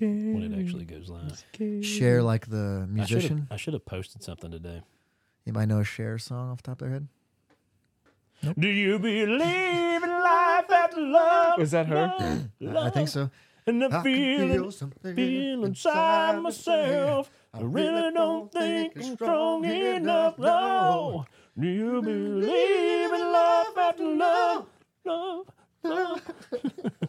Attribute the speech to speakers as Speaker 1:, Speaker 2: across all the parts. Speaker 1: when it actually goes live.
Speaker 2: Share like
Speaker 1: Mm.
Speaker 2: the
Speaker 1: I should've-
Speaker 2: musician.
Speaker 1: I should have posted something today.
Speaker 2: Anybody know a Cher song off the top of their head?
Speaker 1: Do you believe in life after love?
Speaker 3: Was that her?
Speaker 2: I- I think so.
Speaker 1: And
Speaker 2: I
Speaker 1: I'm
Speaker 2: can
Speaker 1: feeling,
Speaker 2: something
Speaker 1: feeling Mm-hmm. inside myself. I really don't think I'm strong enough now. Do you believe in love after love? Love, love.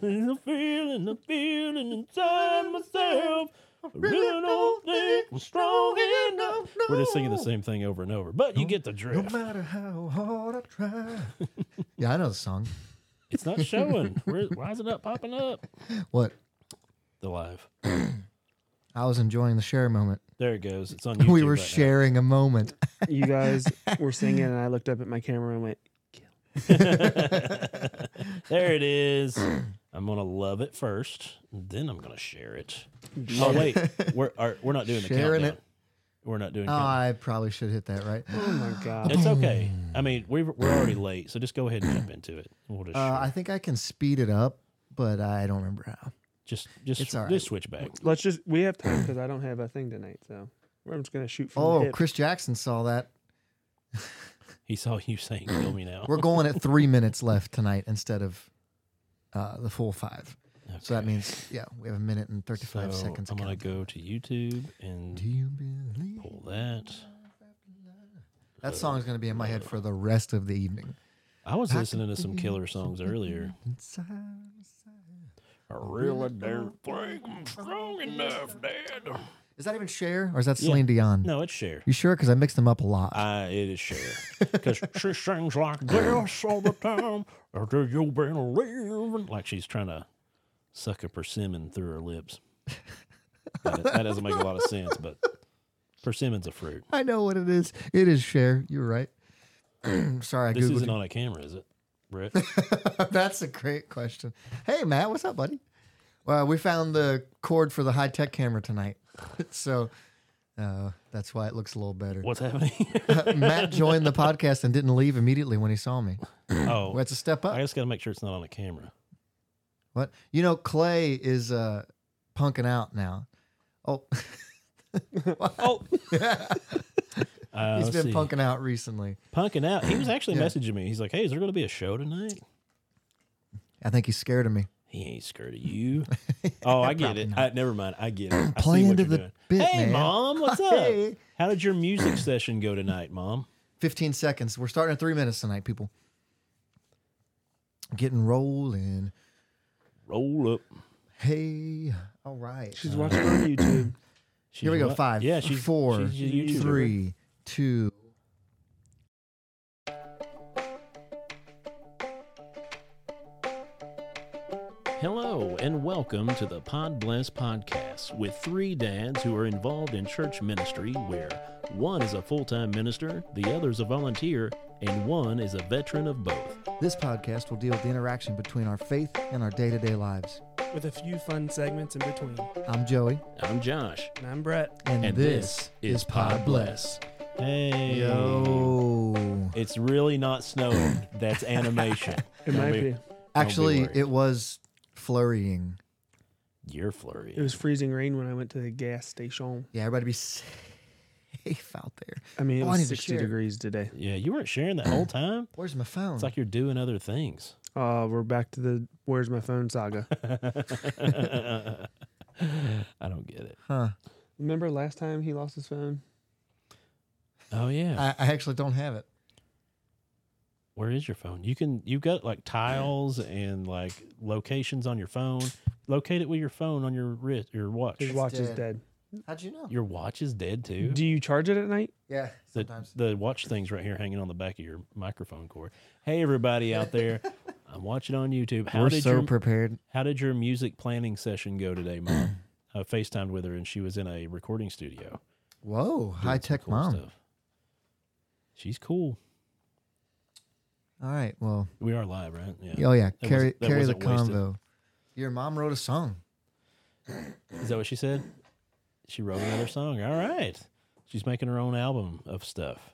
Speaker 1: I'm feeling, I'm feeling inside myself. I really don't think I'm strong enough. We're just singing the same thing over and over, but you get the
Speaker 2: No
Speaker 1: drift.
Speaker 2: matter how hard I try. yeah, I know the song.
Speaker 1: It's not showing. Where, why is it not popping up?
Speaker 2: What?
Speaker 1: The live.
Speaker 2: I was enjoying the share moment.
Speaker 1: There it goes. It's on YouTube.
Speaker 2: we were
Speaker 1: right now.
Speaker 2: sharing a moment.
Speaker 3: You guys were singing, and I looked up at my camera and went,
Speaker 1: there it is. I'm gonna love it first, then I'm gonna share it. Oh wait, we're are, we're not doing the
Speaker 2: Sharing
Speaker 1: countdown. We're not doing.
Speaker 2: Oh,
Speaker 1: countdown.
Speaker 2: I probably should hit that right.
Speaker 3: "Oh my god!"
Speaker 1: It's okay. I mean, we're we're already late, so just go ahead and jump into it. We'll just
Speaker 2: Uh,
Speaker 1: share.
Speaker 2: I think I can speed it up, but I don't remember how.
Speaker 1: just just
Speaker 2: it's all right.
Speaker 1: just switch back.
Speaker 3: Let's just we have time because I don't have a thing tonight, so we're just gonna shoot from the
Speaker 2: Oh,
Speaker 3: hip.
Speaker 2: Chris Jackson saw that.
Speaker 1: He saw you saying "kill me now."
Speaker 2: We're going at three minutes left tonight instead of uh, the full five. So that
Speaker 1: Okay.
Speaker 2: means, yeah, we have a minute and 35
Speaker 1: So
Speaker 2: seconds.
Speaker 1: I'm gonna
Speaker 2: count.
Speaker 1: go to YouTube and
Speaker 2: Do you believe?
Speaker 1: pull that.
Speaker 2: That song is going to be in my head for the rest of the evening.
Speaker 1: I was listening to some killer songs earlier. I really don't think I'm strong enough, Dad.
Speaker 2: Is that even Cher or is that Celine Dion?
Speaker 1: No, it's share.
Speaker 2: You sure? Because I mixed them up a lot.
Speaker 1: Uh, it is Cher. Because she sings like this all the time. After you've been living. Like she's trying to suck a persimmon through her lips. That, that doesn't make a lot of sense, but persimmon's a fruit.
Speaker 2: I know what it is. It is Cher. You're right. Sorry, I
Speaker 1: This
Speaker 2: googled.
Speaker 1: isn't
Speaker 2: you.
Speaker 1: on a camera, is it, Brett?
Speaker 2: That's a great question. Hey, Matt, what's up, buddy? Well, we found the cord for the high tech camera tonight, so uh, that's why it looks a little better.
Speaker 1: What's happening?
Speaker 2: Matt joined the podcast and didn't leave immediately when he saw me.
Speaker 1: oh,
Speaker 2: That's a step
Speaker 1: I
Speaker 2: up.
Speaker 1: just got to make sure it's not on a camera.
Speaker 2: What you know, Clay is uh, punking out now. Oh,
Speaker 1: Uh, Oh. Uh,
Speaker 2: he's
Speaker 1: let's see.
Speaker 2: been punking out recently.
Speaker 1: punking out. He was actually
Speaker 2: Yeah.
Speaker 1: messaging me. He's like, hey, is there going to be a show tonight?
Speaker 2: I think he's scared of me.
Speaker 1: He ain't scared of you. Oh, I get it. I, never mind. I get it. I see
Speaker 2: Play
Speaker 1: what
Speaker 2: into
Speaker 1: you're
Speaker 2: the
Speaker 1: doing.
Speaker 2: bit,
Speaker 1: Hey,
Speaker 2: man.
Speaker 1: mom, what's up?
Speaker 2: Hey.
Speaker 1: How did your music session go tonight, mom?
Speaker 2: 15 seconds. We're starting at three minutes tonight, people. Getting rolling.
Speaker 1: Roll up.
Speaker 2: Hey, all right.
Speaker 3: She's watching on YouTube.
Speaker 1: She's
Speaker 2: Here we go.
Speaker 1: what?
Speaker 2: Five.
Speaker 1: Yeah, she's
Speaker 2: four,
Speaker 1: She's a YouTuber.
Speaker 2: three, two.
Speaker 1: Hello, and welcome to the Pod Bless Podcast with three dads who are involved in church ministry where one is a full time minister, the other is a volunteer, and one is a veteran of both.
Speaker 2: This podcast will deal with the interaction between our faith and our day to day lives.
Speaker 4: with a few fun segments in between.
Speaker 2: I'm Joey,
Speaker 1: I'm Josh,
Speaker 4: And I'm Brett.
Speaker 2: and,
Speaker 1: and this, is Pod Bless. Hey.
Speaker 2: Yo.
Speaker 1: It's really not snowing. That's animation.
Speaker 3: It might be.
Speaker 2: Actually,
Speaker 1: worried.
Speaker 2: it was flurrying.
Speaker 1: You're
Speaker 3: It
Speaker 1: flurry.
Speaker 3: was freezing rain when I went to the gas station.
Speaker 2: Yeah, everybody be safe out there.
Speaker 3: I mean, it
Speaker 2: Oh, I need
Speaker 3: was
Speaker 2: to
Speaker 3: 60
Speaker 2: share.
Speaker 3: degrees today.
Speaker 1: Yeah, you weren't sharing that whole time.
Speaker 2: Where's my phone?
Speaker 1: It's like you're doing other things.
Speaker 3: Uh, we're back to the "Where's my phone?" saga.
Speaker 1: I don't get it.
Speaker 2: huh.
Speaker 3: Remember last time he lost his phone?
Speaker 1: Oh yeah,
Speaker 2: I, I actually don't have it.
Speaker 1: where is your phone? You can you've got like tiles and like locations on your phone. Locate it with your phone on your wrist, your watch.
Speaker 3: His watch is
Speaker 2: dead.
Speaker 3: dead.
Speaker 2: How'd you know?
Speaker 1: Your watch is dead too.
Speaker 3: Do you charge it at night?
Speaker 2: Yeah,
Speaker 1: The,
Speaker 2: sometimes.
Speaker 1: the watch thing's right here hanging on the back of your microphone cord. Hey everybody out there, I'm watching on YouTube. How
Speaker 2: We're
Speaker 1: did
Speaker 2: so
Speaker 1: your
Speaker 2: prepared.
Speaker 1: How did your music planning session go today, Mom? I FaceTimed with her and she was in a recording studio. doing
Speaker 2: Whoa,
Speaker 1: some
Speaker 2: high tech
Speaker 1: cool
Speaker 2: mom.
Speaker 1: stuff. She's cool.
Speaker 2: All right, well,
Speaker 1: We are live, right? Yeah.
Speaker 2: oh yeah,
Speaker 1: That
Speaker 2: carry
Speaker 1: wasn't- that
Speaker 2: carry the
Speaker 1: wasn't wasted.
Speaker 2: convo. Your mom wrote a song.
Speaker 1: Is that what she said? She wrote another song. All right. She's making her own album of stuff.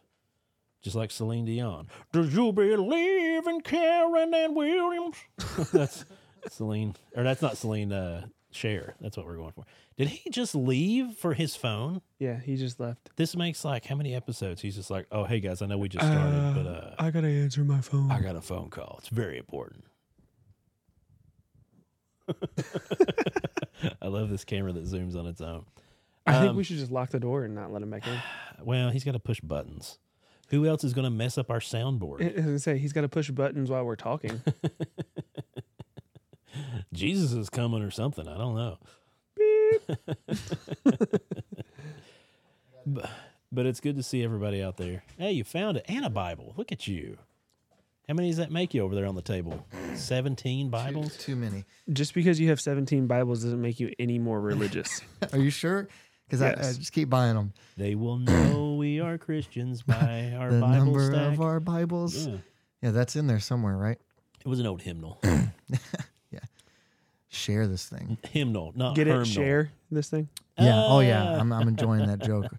Speaker 1: Just like Celine Dion. Do you believe in Karen and Williams? that's Celine. Or that's not Celine, uh, Share. That's what we're going for. Did he just leave for his phone?
Speaker 3: Yeah, he just left.
Speaker 1: This makes like how many episodes? He's just like, oh hey guys, I know we just started, but uh,
Speaker 3: I gotta answer my phone.
Speaker 1: I got a phone call. It's very important. I love this camera that zooms on its own.
Speaker 3: I think
Speaker 1: Um,
Speaker 3: we should just lock the door and not let him back in.
Speaker 1: Well, he's got to push buttons. Who else is going to mess up our soundboard?
Speaker 3: I was gonna say he's got to push buttons while we're talking.
Speaker 1: Jesus is coming or something. I don't know. but, but it's good to see everybody out there. Hey, you found it and a Bible. Look at you. How many does that make you over there on the table? 17
Speaker 2: Too,
Speaker 1: Bibles?
Speaker 2: too many.
Speaker 3: just because you have 17 Bibles doesn't make you any more religious.
Speaker 2: Are you sure? Because I, I
Speaker 3: Yes.
Speaker 2: just keep buying them.
Speaker 1: They will know we are Christians by our
Speaker 2: the
Speaker 1: Bible
Speaker 2: number
Speaker 1: stack.
Speaker 2: of our Bibles.
Speaker 1: yeah.
Speaker 2: yeah, that's in there somewhere, right?
Speaker 1: It was an old hymnal.
Speaker 2: Share this thing.
Speaker 1: hymnal, not
Speaker 3: Get
Speaker 1: hymnal.
Speaker 3: it? Share this thing.
Speaker 2: Yeah. oh
Speaker 1: Ah.
Speaker 2: yeah. I'm I'm enjoying that joke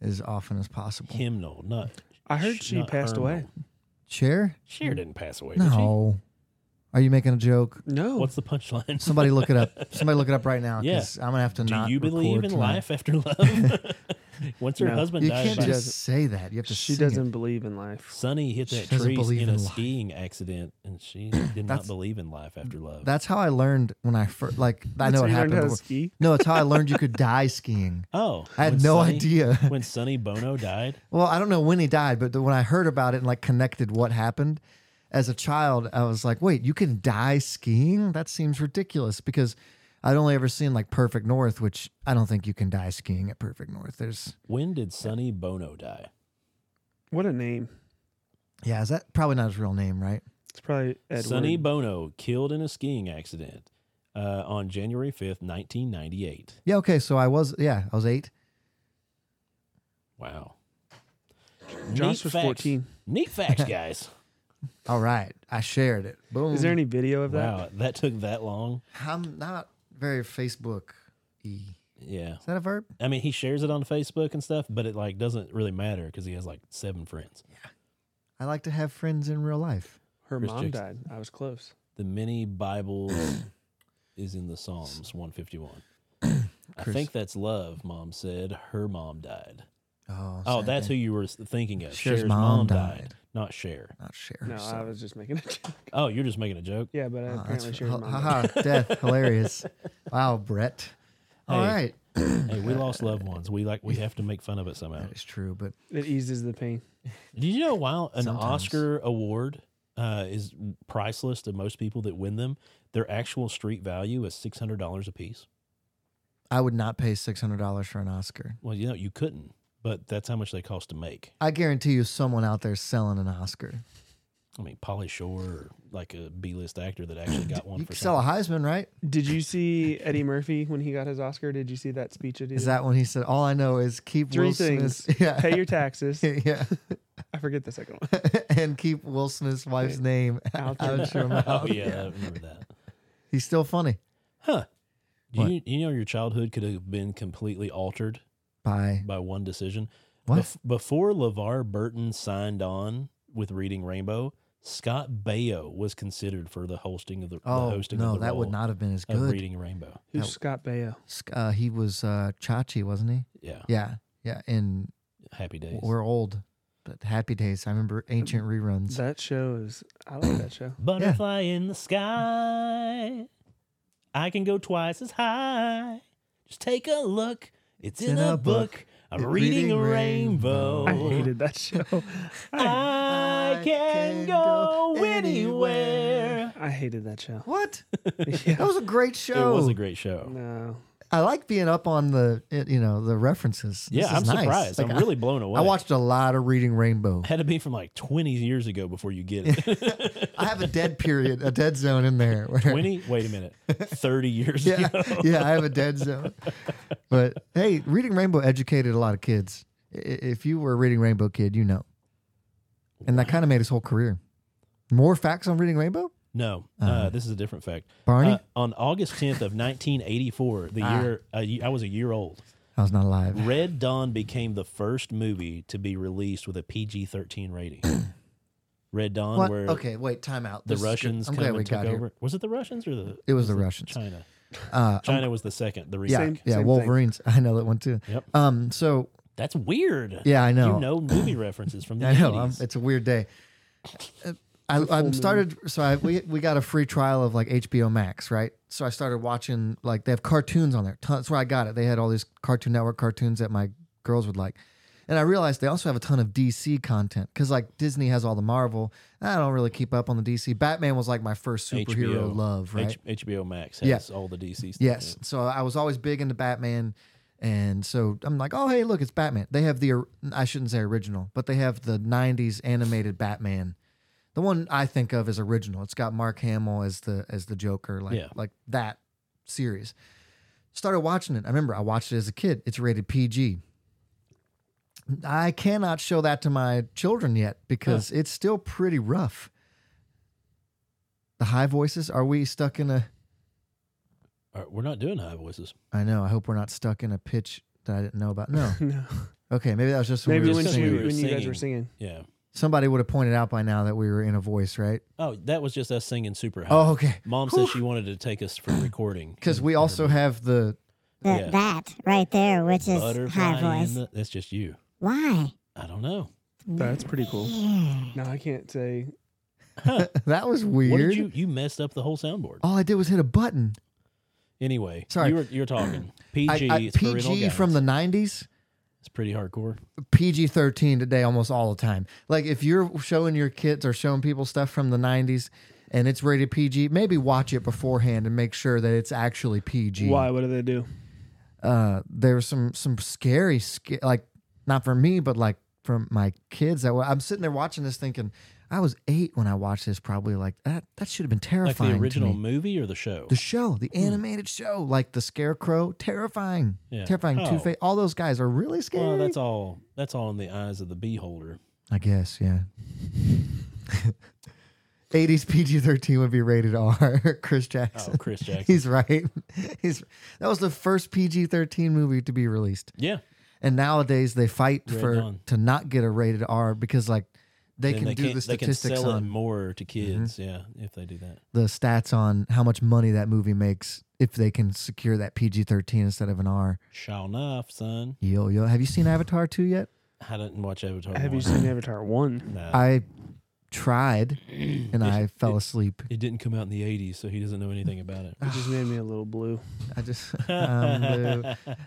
Speaker 2: as often as possible.
Speaker 1: Hymnal, not
Speaker 3: I heard
Speaker 1: sh-
Speaker 3: she
Speaker 1: not
Speaker 3: passed
Speaker 1: hymnal.
Speaker 3: away.
Speaker 2: Cher?
Speaker 1: Cher didn't pass away. Did she?
Speaker 2: No. Are you making a joke?
Speaker 3: No.
Speaker 1: What's the punchline?
Speaker 2: Somebody look it up. Somebody look it up right now.
Speaker 1: Yeah.
Speaker 2: Yeah. I'm gonna have to
Speaker 1: Do
Speaker 2: not.
Speaker 1: you believe
Speaker 2: record
Speaker 1: in
Speaker 2: tonight.
Speaker 1: life after love? Once her
Speaker 3: No.
Speaker 1: husband
Speaker 2: You
Speaker 1: died,
Speaker 2: can't
Speaker 1: by
Speaker 2: just
Speaker 3: doesn't-
Speaker 2: say that. You have to.
Speaker 3: she
Speaker 2: sing it.
Speaker 3: doesn't believe in life.
Speaker 1: Sonny hit
Speaker 2: She
Speaker 1: that
Speaker 2: doesn't
Speaker 1: tree
Speaker 2: believe
Speaker 1: in a
Speaker 2: in life.
Speaker 1: skiing accident, and she did not
Speaker 2: That's-
Speaker 1: believe in life after love.
Speaker 2: That's how I learned when I first. Like I know
Speaker 3: That's
Speaker 2: it
Speaker 3: how you learned
Speaker 2: happened.
Speaker 3: how to
Speaker 2: before.
Speaker 3: ski?
Speaker 2: No, it's how I learned you could die skiing.
Speaker 1: oh,
Speaker 2: I had
Speaker 1: when
Speaker 2: no
Speaker 1: Sonny-
Speaker 2: idea.
Speaker 1: when Sonny Bono died.
Speaker 2: Well, I don't know when he died, but the, when I heard about it and like connected what happened as a child, I was like, wait, you can die skiing? That seems ridiculous because I'd only ever seen like Perfect North, which I don't think you can die skiing at Perfect North. There's,
Speaker 1: When did Sonny Bono die?
Speaker 3: What a name.
Speaker 2: yeah, is that probably not his real name, right?
Speaker 3: It's probably Edward.
Speaker 1: Sonny Bono killed in a skiing accident uh, on January fifth, nineteen ninety-eight.
Speaker 2: Yeah, okay. So I was, yeah, I was eight.
Speaker 1: Wow.
Speaker 3: Josh was
Speaker 1: facts.
Speaker 3: 14.
Speaker 1: Neat facts, guys.
Speaker 2: All right. I shared it. Boom.
Speaker 3: Is there any video of that?
Speaker 1: wow, that took that long.
Speaker 2: I'm not very Facebook y.
Speaker 1: Yeah.
Speaker 2: Is that a verb?
Speaker 1: I mean, he shares it on Facebook and stuff, but it like doesn't really matter because he has like seven friends.
Speaker 2: I like to have friends in real life.
Speaker 3: Her
Speaker 1: Chris
Speaker 3: mom
Speaker 1: Jackson.
Speaker 3: died. I was close.
Speaker 1: The mini Bibles is in the Psalms 151. I
Speaker 2: Chris.
Speaker 1: think that's love. Mom said her mom died.
Speaker 2: Oh,
Speaker 1: Oh,
Speaker 2: sad
Speaker 1: that's
Speaker 2: day.
Speaker 1: who you were s- thinking of.
Speaker 2: Cher's
Speaker 1: Cher's
Speaker 2: mom
Speaker 1: mom, died.
Speaker 2: died.
Speaker 1: not Cher.
Speaker 2: Not share.
Speaker 3: No, I was just making a joke.
Speaker 1: Oh, you're just making a joke.
Speaker 3: Yeah, but I
Speaker 2: Oh,
Speaker 3: apparently
Speaker 2: that's
Speaker 3: shared
Speaker 2: ha-
Speaker 3: mom. died.
Speaker 2: haha, death hilarious. Wow, Brett. All
Speaker 1: Hey.
Speaker 2: right,
Speaker 1: Hey, we lost loved ones. We like we have to make fun of it somehow.
Speaker 2: that is true, but
Speaker 3: It eases the pain.
Speaker 1: Did you know while an
Speaker 2: Sometimes.
Speaker 1: Oscar award uh, is priceless to most people that win them, their actual street value is six hundred dollars a piece?
Speaker 2: I would not pay six hundred dollars for an Oscar.
Speaker 1: Well, you know you couldn't, but that's how much they cost to make.
Speaker 2: I guarantee you, someone out there selling an Oscar.
Speaker 1: I mean, Polly Shore, or like a B-list actor that actually got one
Speaker 2: You
Speaker 1: for
Speaker 2: could sell a Heisman, right?
Speaker 3: Did you see Eddie Murphy when he got his Oscar? Did you see that speech? That he
Speaker 2: Is
Speaker 3: did?
Speaker 2: that when he said, "All I know is keep
Speaker 3: three
Speaker 2: Will
Speaker 3: things?
Speaker 2: Smith's yeah,
Speaker 3: Pay your taxes.
Speaker 2: yeah,
Speaker 3: I forget the second one.
Speaker 2: and keep Will Smith's wife's name out,
Speaker 3: Out your
Speaker 2: your mouth."
Speaker 1: something. Oh yeah, I remember that.
Speaker 2: he's still funny.
Speaker 1: Huh? Do
Speaker 2: What?
Speaker 1: you you know your childhood could have been completely altered
Speaker 2: Bye.
Speaker 1: by one decision?
Speaker 2: What?
Speaker 1: Bef- before LeVar Burton signed on with Reading Rainbow, Scott Baio was considered for the hosting of the, the
Speaker 2: Oh
Speaker 1: hosting of
Speaker 2: no,
Speaker 1: the
Speaker 2: that would
Speaker 1: role
Speaker 2: not have been as
Speaker 1: of
Speaker 2: good.
Speaker 1: Reading Rainbow.
Speaker 3: Who's
Speaker 2: That-
Speaker 3: Scott Baio?
Speaker 2: Sc- Uh, he was uh, Chachi, wasn't he?
Speaker 1: Yeah.
Speaker 2: Yeah, yeah. In
Speaker 1: Happy days.
Speaker 2: we're old, but Happy Days. I remember ancient reruns.
Speaker 3: That show is. I like that show.
Speaker 1: Butterfly in the sky. I can go twice as high. Just take a look. It's, in, a, book. I'm
Speaker 2: It-
Speaker 1: reading,
Speaker 2: reading
Speaker 1: a rainbow.
Speaker 3: I hated that show.
Speaker 1: I
Speaker 2: I
Speaker 1: can
Speaker 2: can
Speaker 1: go
Speaker 2: go
Speaker 1: anywhere.
Speaker 3: I hated that show.
Speaker 2: What? That
Speaker 3: Yeah.
Speaker 2: was a great show.
Speaker 1: It was a great show.
Speaker 3: No.
Speaker 2: I like being up on the it- you know the references. This
Speaker 1: Yeah, I'm
Speaker 2: is nice.
Speaker 1: surprised.
Speaker 2: Like,
Speaker 1: I'm
Speaker 2: I-
Speaker 1: really blown away.
Speaker 2: I watched a lot of Reading Rainbow.
Speaker 1: Had to be from like 20 years ago before you get it.
Speaker 2: I have a dead period, a dead zone in there. Where,
Speaker 1: 20? Wait a minute. 30 years
Speaker 2: Yeah,
Speaker 1: ago.
Speaker 2: yeah, I have a dead zone. But hey, Reading Rainbow educated a lot of kids. I- If you were a Reading Rainbow kid, you know. And that kind of made his whole career. More facts on Reading Rainbow,
Speaker 1: No, uh, this is a different fact.
Speaker 2: Uh-huh. Barney. Ah.
Speaker 1: Uh, on August 10th of 1984, the year uh, I was a year old,
Speaker 2: I was not alive.
Speaker 1: Red Dawn became the first movie to be released with a PG-13 rating. Red Dawn,
Speaker 2: What?
Speaker 1: where
Speaker 2: Okay, wait, time out.
Speaker 1: the
Speaker 2: This is good.
Speaker 1: Russians
Speaker 2: I'm
Speaker 1: come
Speaker 2: glad we
Speaker 1: and took
Speaker 2: got here.
Speaker 1: over. Was it the Russians or the?
Speaker 2: It was the Russians.
Speaker 1: China.
Speaker 2: Uh,
Speaker 1: China was the second. The
Speaker 2: yeah,
Speaker 1: remake.
Speaker 3: Same-
Speaker 2: yeah,
Speaker 3: thing.
Speaker 2: Wolverines. I know that one too.
Speaker 1: Yep.
Speaker 2: Um, so
Speaker 1: That's weird.
Speaker 2: yeah, I know.
Speaker 1: You know movie references from the
Speaker 2: I know. I'm,
Speaker 1: 80s.
Speaker 2: it's a weird day. Uh, I, I started. So I we we got a free trial of like HBO Max, right? So I started watching like they have cartoons on there. Tons, that's where I got it. They had all these Cartoon Network cartoons that my girls would like, and I realized they also have a ton of DC content because like Disney has all the Marvel. I don't really keep up on the DC. Batman was like my first superhero
Speaker 1: HBO.
Speaker 2: love, right?
Speaker 1: H- HBO Max
Speaker 2: Yeah.
Speaker 1: has all the DC stuff.
Speaker 2: Yes. So I was always big into Batman. And so I'm like, oh, hey, look, it's Batman. They have the, or- I shouldn't say original, but they have the 90s animated Batman. The one I think of as original. It's got Mark Hamill as the as the Joker, like
Speaker 1: Yeah.
Speaker 2: like that series. Started watching it. I remember I watched it as a kid. It's rated PG. I cannot show that to my children yet because it's still pretty rough. The high voices, are we stuck in a
Speaker 1: All right, we're not doing high voices.
Speaker 2: I know. I hope we're not stuck in a pitch that I didn't know about. No.
Speaker 3: no.
Speaker 2: Okay, maybe that was just when we
Speaker 3: Maybe
Speaker 2: were
Speaker 3: when,
Speaker 1: singing.
Speaker 3: you,
Speaker 1: We were
Speaker 2: singing.
Speaker 3: when you guys were singing.
Speaker 1: Yeah.
Speaker 2: somebody would have pointed out by now that we were in a voice, right?
Speaker 1: Oh, that was just us singing super high.
Speaker 2: Oh, okay.
Speaker 1: Mom said she wanted to take us for recording
Speaker 2: Because we also have the
Speaker 5: Th-
Speaker 1: Yeah.
Speaker 5: That right there, which is
Speaker 1: Butterfly
Speaker 5: high voice.
Speaker 1: in the- that's just you.
Speaker 5: Why?
Speaker 1: I don't know.
Speaker 3: That's pretty cool.
Speaker 5: Yeah.
Speaker 3: No, I can't say.
Speaker 2: that was
Speaker 1: What did
Speaker 2: weird.
Speaker 1: you you messed up the whole soundboard.
Speaker 2: All I did was hit a button.
Speaker 1: Anyway,
Speaker 2: Sorry.
Speaker 1: you were you're talking PG.
Speaker 2: I, I,
Speaker 1: it's parental
Speaker 2: PG from the
Speaker 1: guidance.
Speaker 2: '90s,
Speaker 1: It's pretty hardcore.
Speaker 2: PG 13 today almost all the time. Like if you're showing your kids or showing people stuff from the '90s and it's rated PG, maybe watch it beforehand and make sure that it's actually PG.
Speaker 3: Why? What do they do?
Speaker 2: uh, there was some some scary, sca- like not for me, but like for my kids. That were, I'm sitting there watching this, thinking I was eight when I watched this. Probably like that. That should have been
Speaker 1: Like
Speaker 2: terrifying.
Speaker 1: the original Hmm.
Speaker 2: to me.
Speaker 1: movie or the show?
Speaker 2: the show, the animated show, like the Scarecrow, terrifying,
Speaker 1: Yeah.
Speaker 2: terrifying.
Speaker 1: Oh.
Speaker 2: Two Face, all those guys are really scary.
Speaker 1: well, that's all. That's all in the eyes of the beholder.
Speaker 2: I guess, yeah. 80s PG-13 would be rated R. Chris
Speaker 1: Oh,
Speaker 2: Jackson.
Speaker 1: Chris Jackson.
Speaker 2: He's right. He's that was the first PG-13 movie to be released.
Speaker 1: yeah,
Speaker 2: And nowadays they fight
Speaker 1: Red
Speaker 2: for
Speaker 1: Dawn.
Speaker 2: to not get a rated R because like they
Speaker 1: And
Speaker 2: can do
Speaker 1: can't-
Speaker 2: the
Speaker 1: They
Speaker 2: statistics
Speaker 1: can sell it
Speaker 2: on Mm-hmm.
Speaker 1: more to kids. Yeah, if they do that.
Speaker 2: the stats on how much money that movie makes if they can secure that PG thirteen instead of an R.
Speaker 1: Shall enough, son.
Speaker 2: Yo yo, have you seen Avatar two yet?
Speaker 1: I didn't watch Avatar.
Speaker 3: Have you
Speaker 1: one.
Speaker 3: seen Avatar One?
Speaker 1: Nah.
Speaker 2: I tried and I fell asleep.
Speaker 1: It didn't come out in the '80s, so he doesn't know anything about it.
Speaker 3: It just made me a little blue.
Speaker 2: I just um, blue.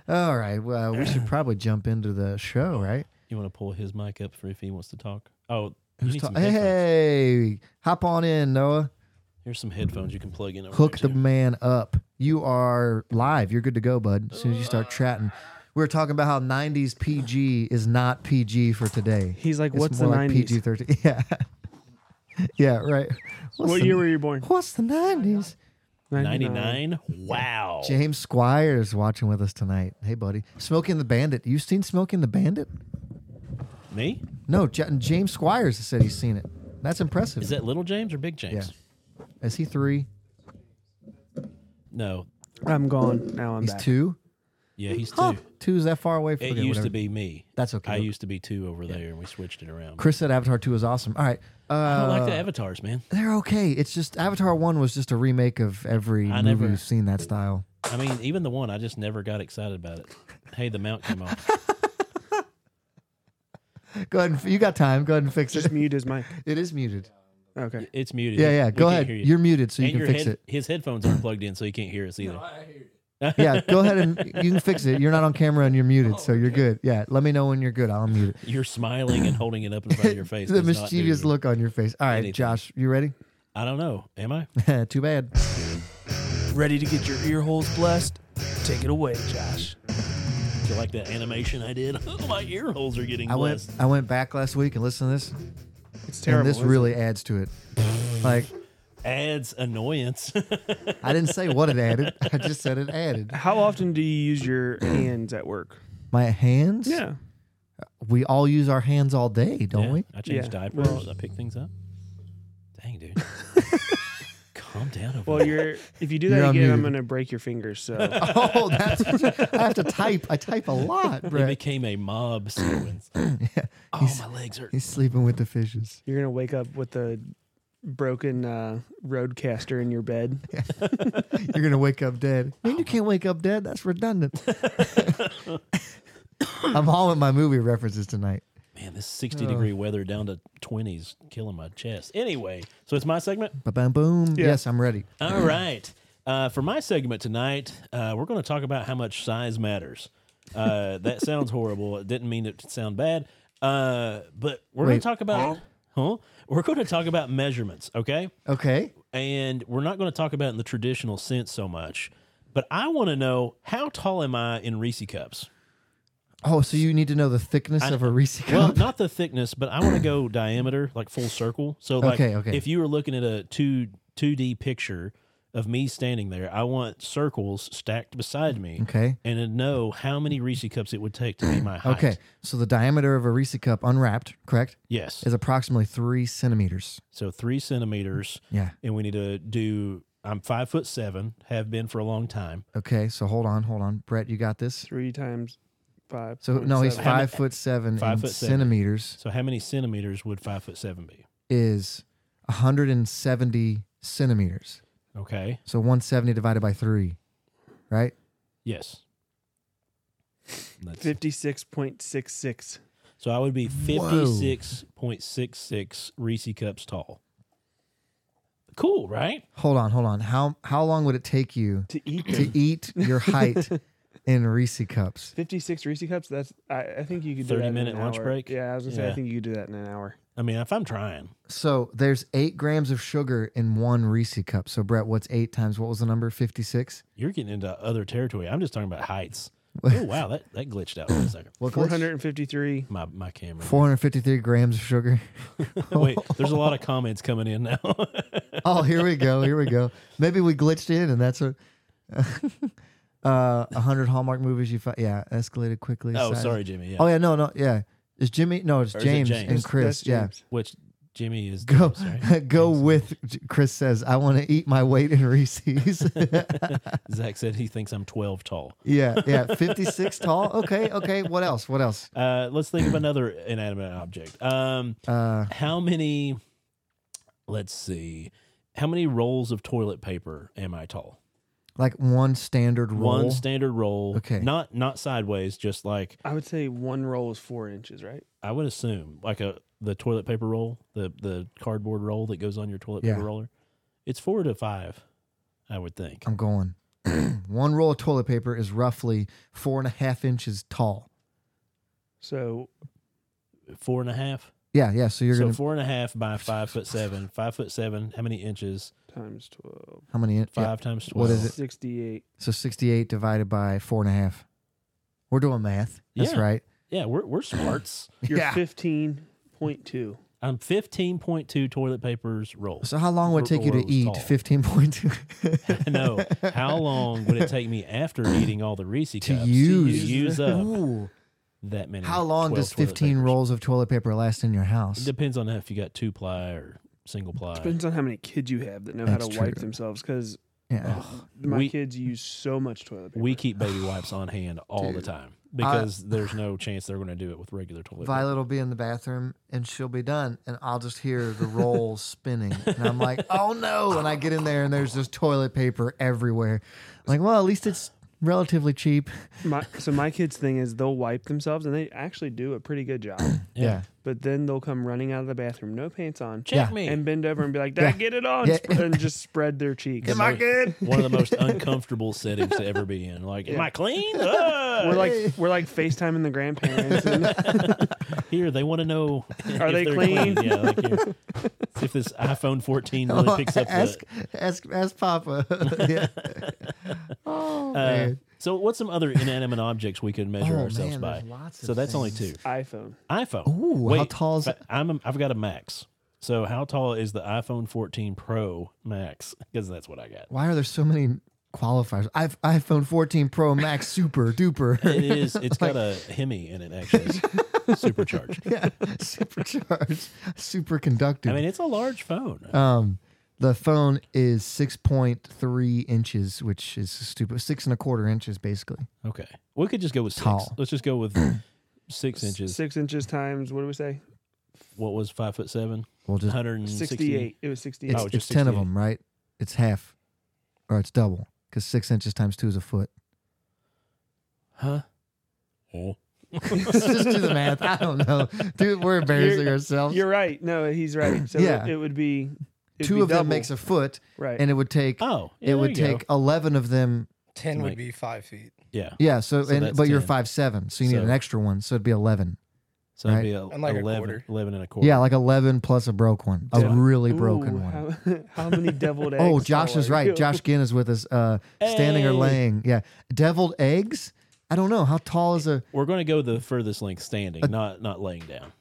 Speaker 2: all right. Well, we should probably jump into the show, right?
Speaker 1: You want to pull his mic up for if he wants to talk? Oh, you
Speaker 2: Who's
Speaker 1: need
Speaker 2: ta-
Speaker 1: some headphones.
Speaker 2: hey, hop on in, Noah.
Speaker 1: Here's some headphones you can plug in. over
Speaker 2: Hook
Speaker 1: there,
Speaker 2: the
Speaker 1: too.
Speaker 2: man up. You are live. You're good to go, bud. As soon as you start chatting, we were talking about how '90s PG is not PG for today.
Speaker 3: He's like,
Speaker 2: It's
Speaker 3: "What's the
Speaker 2: more
Speaker 3: '90s?
Speaker 2: PG-13. Yeah, yeah, right. What's
Speaker 3: what
Speaker 2: the-
Speaker 3: year were you born?
Speaker 2: What's the '90s?
Speaker 1: 99. Wow.
Speaker 2: James Squire is watching with us tonight. Hey, buddy. Smoking the Bandit. You seen Smoking the Bandit?
Speaker 1: Me?
Speaker 2: No, J- James Squires said he's seen it. That's impressive.
Speaker 1: Is that little James or big James?
Speaker 2: Yeah. Is he three?
Speaker 1: No.
Speaker 3: I'm gone. Now I'm
Speaker 2: He's
Speaker 3: back.
Speaker 2: two.
Speaker 1: Yeah, he's two.
Speaker 2: Huh. Two is that far away?
Speaker 1: It
Speaker 2: Forget,
Speaker 1: used
Speaker 2: whatever.
Speaker 1: to be me.
Speaker 2: That's okay.
Speaker 1: I used to be two over there, and we switched it around.
Speaker 2: Chris said Avatar Two is awesome. All right. Uh,
Speaker 1: I don't like the avatars, man.
Speaker 2: They're okay. It's just Avatar One was just a remake of every
Speaker 1: I
Speaker 2: movie
Speaker 1: never-
Speaker 2: you've seen that style.
Speaker 1: I mean, even the one I just never got excited about it. Hey, the mount came off.
Speaker 2: Go ahead, and, f- you got time. Go ahead and fix
Speaker 3: Just
Speaker 2: it.
Speaker 3: mute his mic.
Speaker 2: It is muted.
Speaker 3: Okay.
Speaker 1: It's muted.
Speaker 2: Yeah, yeah.
Speaker 1: We
Speaker 2: Go
Speaker 1: can't
Speaker 2: ahead.
Speaker 1: hear you.
Speaker 2: You're muted, so you
Speaker 1: and
Speaker 2: can
Speaker 1: your
Speaker 2: fix
Speaker 1: head,
Speaker 2: it.
Speaker 1: his headphones are plugged in, so he can't hear us either.
Speaker 2: Yeah, go ahead and you can fix it. You're not on camera and you're muted, so you're good. Yeah, let me know when you're good. I'll mute it.
Speaker 1: You're smiling and holding it up in front of your face.
Speaker 2: The
Speaker 1: does not do
Speaker 2: mischievous
Speaker 1: you.
Speaker 2: look on your face. All right,
Speaker 1: Anything.
Speaker 2: Josh, you ready?
Speaker 1: I don't know. Am I?
Speaker 2: Too bad.
Speaker 4: Ready to get your ear holes blessed? Take it away, Josh.
Speaker 1: Do you like that animation I did? My ear holes are getting
Speaker 2: I went.
Speaker 1: blessed.
Speaker 2: I went back last week and listened to this,
Speaker 3: It's
Speaker 2: and
Speaker 3: terrible.
Speaker 2: this
Speaker 3: isn't it?
Speaker 2: really adds to it. Like
Speaker 1: Adds annoyance.
Speaker 2: I didn't say what it added. I just said it added.
Speaker 3: How often do you use your hands at work?
Speaker 2: My hands.
Speaker 3: Yeah.
Speaker 2: We all use our hands all day, don't
Speaker 1: Yeah,
Speaker 2: we?
Speaker 1: I change
Speaker 3: Yeah.
Speaker 1: diapers.
Speaker 3: Well-
Speaker 1: I pick things up. Dang, dude. Calm down. Over
Speaker 3: Well,
Speaker 1: there.
Speaker 3: you're if you do that
Speaker 2: You're
Speaker 3: again, I'm
Speaker 2: unmuted.
Speaker 3: gonna break your fingers. So
Speaker 2: Oh, that's I have to type. I type a lot,
Speaker 4: uh,
Speaker 1: It
Speaker 2: Brett.
Speaker 1: became a mob sequence. oh, my legs hurt.
Speaker 2: He's sleeping with the fishes.
Speaker 3: you're gonna wake up with the broken uh, roadcaster in your bed.
Speaker 2: You're gonna wake up dead. Man, you can't wake up dead. That's redundant. I'm all in my movie references tonight.
Speaker 1: Man, this 60
Speaker 4: Oh.
Speaker 1: degree weather down to 20s killing my chest. Anyway, so it's my segment.
Speaker 2: Ba bam boom.
Speaker 3: Yeah.
Speaker 2: Yes, I'm ready.
Speaker 1: All right. Uh, for my segment tonight, uh, we're going to talk about how much size matters. Uh, that sounds horrible. It didn't mean it to sound bad. Uh, but we're going
Speaker 2: Wait.
Speaker 1: to talk about, huh? We're going to talk about measurements, okay?
Speaker 2: Okay.
Speaker 1: and we're not going to talk about it in the traditional sense so much. But I want to know how tall am I in Reese cups?
Speaker 2: Oh, so you need to know the thickness of a Reese cup.
Speaker 1: Well, not the thickness, but I want to go diameter, like full circle. So, like,
Speaker 2: Okay, okay.
Speaker 1: if you were looking at a two two D picture of me standing there, I want circles stacked beside me,
Speaker 2: okay.
Speaker 1: and to know how many Reese cups it would take to be my height.
Speaker 2: Okay. So the diameter of a Reese cup unwrapped, correct,
Speaker 1: Yes.
Speaker 2: is approximately three centimeters.
Speaker 1: So three centimeters,
Speaker 2: Yeah.
Speaker 1: and we need to do. I'm five foot seven, have been for a long time.
Speaker 2: Okay. So hold on, hold on, Brett. You got this.
Speaker 3: Three times five.
Speaker 2: So no, he's
Speaker 3: 0.7.
Speaker 1: How many-
Speaker 2: five foot seven.
Speaker 1: Five
Speaker 2: and
Speaker 1: foot seven.
Speaker 2: centimeters
Speaker 1: So, how many centimeters would five foot seven be?
Speaker 2: is 170 centimeters.
Speaker 1: Okay.
Speaker 2: So 170 divided by three, right?
Speaker 1: Yes. That's-
Speaker 3: Fifty-six point six six.
Speaker 1: so I would be
Speaker 2: Whoa.
Speaker 1: 56.66 Reese cups tall. Cool, right?
Speaker 2: Hold on, hold on. How how long would it take you
Speaker 3: to eat
Speaker 2: to
Speaker 3: them.
Speaker 2: eat your height in Reese cups?
Speaker 3: 56 Reese cups. That's I, I think you could do
Speaker 1: 30
Speaker 3: that in an
Speaker 1: minute lunch
Speaker 3: hour.
Speaker 1: break?
Speaker 3: Yeah, I was gonna say
Speaker 1: Yeah.
Speaker 3: I think you could do that in an hour.
Speaker 1: I mean, if I'm trying,
Speaker 2: So there's eight grams of sugar in one Reese cup. So Brett, what's eight times what was the number? 56?
Speaker 1: you're getting into other territory. I'm just talking about heights. oh, wow. That, that glitched out for a second.
Speaker 2: What glitch?
Speaker 3: 453.
Speaker 1: My, my camera.
Speaker 2: 453 grams of sugar.
Speaker 1: Wait, there's a lot of comments coming in now.
Speaker 2: Oh, here we go. Here we go. Maybe we glitched in and that's a uh 100 Hallmark movies you find. Yeah, escalated quickly.
Speaker 1: oh,
Speaker 2: Size-
Speaker 1: sorry, Jimmy. Yeah.
Speaker 2: Oh yeah, no, no, yeah. It's Jimmy. No, it's
Speaker 1: Or is it
Speaker 2: James,
Speaker 1: James?
Speaker 2: and Chris.
Speaker 3: That's
Speaker 2: Yeah,
Speaker 3: James.
Speaker 1: Which Jimmy is.
Speaker 2: go,
Speaker 1: James, right?
Speaker 2: go with. Chris says, "I want to eat my weight in Reese's."
Speaker 1: Zach said he thinks I'm 12 tall.
Speaker 2: yeah, yeah. Fifty-six tall. Okay, okay. What else? What else?
Speaker 1: Uh, let's think of another inanimate object. Um,
Speaker 2: Uh,
Speaker 1: how many let's see how many rolls of toilet paper am i tall
Speaker 2: like one standard roll.
Speaker 1: one standard roll
Speaker 2: Okay.
Speaker 1: not not sideways just like
Speaker 3: I would say one roll is four inches, right?
Speaker 1: i would assume like a the toilet paper roll the the cardboard roll that goes on your toilet
Speaker 2: Yeah.
Speaker 1: paper roller it's four to five i would think
Speaker 2: I'm going. one roll of toilet paper is roughly four and a half inches tall.
Speaker 3: So
Speaker 1: four and a half
Speaker 2: Yeah, yeah. So you're
Speaker 1: so
Speaker 2: gonna
Speaker 1: four and a half by five foot seven five foot seven how many inches
Speaker 3: times 12.
Speaker 2: how many? in- yeah.
Speaker 1: five times 12
Speaker 2: What is it?
Speaker 3: 68.
Speaker 2: So sixty-eight divided by four and a half. We're doing math. That's
Speaker 1: Yeah.
Speaker 2: right.
Speaker 1: yeah we're, we're smarts
Speaker 3: You're
Speaker 2: Yeah.
Speaker 3: 15.2.
Speaker 1: i'm 15.2 toilet papers roll
Speaker 2: So how long would it
Speaker 1: Or-
Speaker 2: take you
Speaker 1: or
Speaker 2: to
Speaker 1: it was
Speaker 2: eat
Speaker 1: tall.
Speaker 2: fifteen point two?
Speaker 1: no. How long would it take me after eating all the Reese cups
Speaker 2: use.
Speaker 1: to use up
Speaker 2: Ooh.
Speaker 1: that many?
Speaker 2: How long
Speaker 1: 12
Speaker 2: does
Speaker 1: uh, toilet
Speaker 2: 15
Speaker 1: papers?
Speaker 2: rolls of toilet paper last in your
Speaker 1: It
Speaker 2: house?
Speaker 1: depends on if you got two ply or single ply.
Speaker 3: Depends on how many kids you have that know how
Speaker 2: That's
Speaker 3: to wipe
Speaker 2: true.
Speaker 3: themselves because
Speaker 2: Yeah.
Speaker 1: Oh,
Speaker 3: my
Speaker 1: We-
Speaker 3: kids use so much toilet paper.
Speaker 1: We keep baby wipes on hand all the
Speaker 2: Dude.
Speaker 1: time because there's no chance they're going to do it with regular toilet. paper.
Speaker 2: Violet will be in the bathroom and she'll be done, and I'll just hear the roll spinning. And I'm like, oh no. And I get in there and there's just toilet paper everywhere. I'm like, well, at least it's relatively cheap.
Speaker 3: my, so my kids' thing is they'll wipe themselves and they actually do a pretty good job.
Speaker 2: Yeah.
Speaker 3: but then they'll come running out of the bathroom, no pants on,
Speaker 1: Check
Speaker 2: Yeah.
Speaker 1: me.
Speaker 3: and bend over and be like, "Did I
Speaker 2: Yeah.
Speaker 3: get it on?"
Speaker 2: Yeah.
Speaker 3: and just spread their cheeks.
Speaker 1: The mo-
Speaker 2: good?
Speaker 1: One of the most uncomfortable settings to ever be in. Like, am I clean? Ah!
Speaker 3: We're like we're like FaceTiming the grandparents. And
Speaker 1: here, they want to know
Speaker 3: Are
Speaker 1: if
Speaker 3: they
Speaker 1: they're
Speaker 3: clean?
Speaker 1: Yeah, like here. See if this iPhone 14 really picks up. the,
Speaker 2: Oh, ask, ask, ask Papa. Yeah. Oh,
Speaker 1: Uh,
Speaker 2: man.
Speaker 1: So, what's some other inanimate objects we could measure
Speaker 2: Oh,
Speaker 1: ourselves
Speaker 2: man,
Speaker 1: by?
Speaker 2: there's lots of
Speaker 1: so that's only two.
Speaker 2: things.
Speaker 3: iPhone.
Speaker 1: iPhone.
Speaker 2: Ooh, how tall is
Speaker 1: fa- I'm? A, I've got a Max. So how tall is the iPhone 14 Pro Max? Because that's what I got.
Speaker 2: Why are there so many qualifiers? I've iPhone 14 Pro Max Super Duper.
Speaker 1: It is. It's got a Hemi in it actually, supercharged.
Speaker 2: yeah, supercharged, superconductive.
Speaker 1: I mean, it's a large phone.
Speaker 2: um, the phone is 6.3 inches, which is stupid. Six and a quarter inches, basically.
Speaker 1: okay, we could just go with six.
Speaker 2: tall.
Speaker 1: Let's just go with six inches.
Speaker 3: Six inches times what do we say?
Speaker 1: what was five foot seven?
Speaker 2: We'll just
Speaker 1: 168.
Speaker 3: Sixty-eight. It was sixty-eight.
Speaker 2: Mm, it's,
Speaker 1: Oh,
Speaker 2: Uh, it's
Speaker 1: just
Speaker 2: ten of
Speaker 1: 68.
Speaker 2: them, right? It's half, or it's double, because six inches times two is a foot.
Speaker 1: Huh? Oh.
Speaker 2: just do the math. I don't know, dude. We're embarrassing ourselves.
Speaker 3: You're right. No, he's right. So
Speaker 2: Yeah.
Speaker 3: it, it would be it'd
Speaker 2: two
Speaker 3: be
Speaker 2: of them
Speaker 3: double.
Speaker 2: makes a foot,
Speaker 3: right.
Speaker 2: and it would take
Speaker 1: Oh. yeah,
Speaker 2: it
Speaker 1: there
Speaker 2: would
Speaker 1: you go.
Speaker 2: take eleven of them.
Speaker 6: Ten
Speaker 1: Like-
Speaker 6: would be five feet,
Speaker 1: Yeah.
Speaker 2: Yeah. So,
Speaker 1: So
Speaker 2: and
Speaker 1: that's
Speaker 2: but you're
Speaker 1: 10.
Speaker 2: five seven, so you need
Speaker 1: So-
Speaker 2: an extra one. So it'd be eleven.
Speaker 1: So that'd
Speaker 2: Right.
Speaker 1: be a,
Speaker 6: And like a
Speaker 1: 11,
Speaker 6: quarter.
Speaker 1: 11 and a quarter.
Speaker 2: Yeah, like eleven plus a broke one, a
Speaker 1: Yeah.
Speaker 2: really
Speaker 3: Ooh,
Speaker 2: broken one.
Speaker 3: How, how many deviled eggs?
Speaker 2: Oh, Josh
Speaker 3: are
Speaker 2: is right.
Speaker 3: you?
Speaker 2: Josh Ginn is with us. Uh, Standing or
Speaker 1: Hey.
Speaker 2: laying? Yeah, deviled eggs. I don't know how tall is a
Speaker 1: We're going to go the furthest length standing, not not laying down.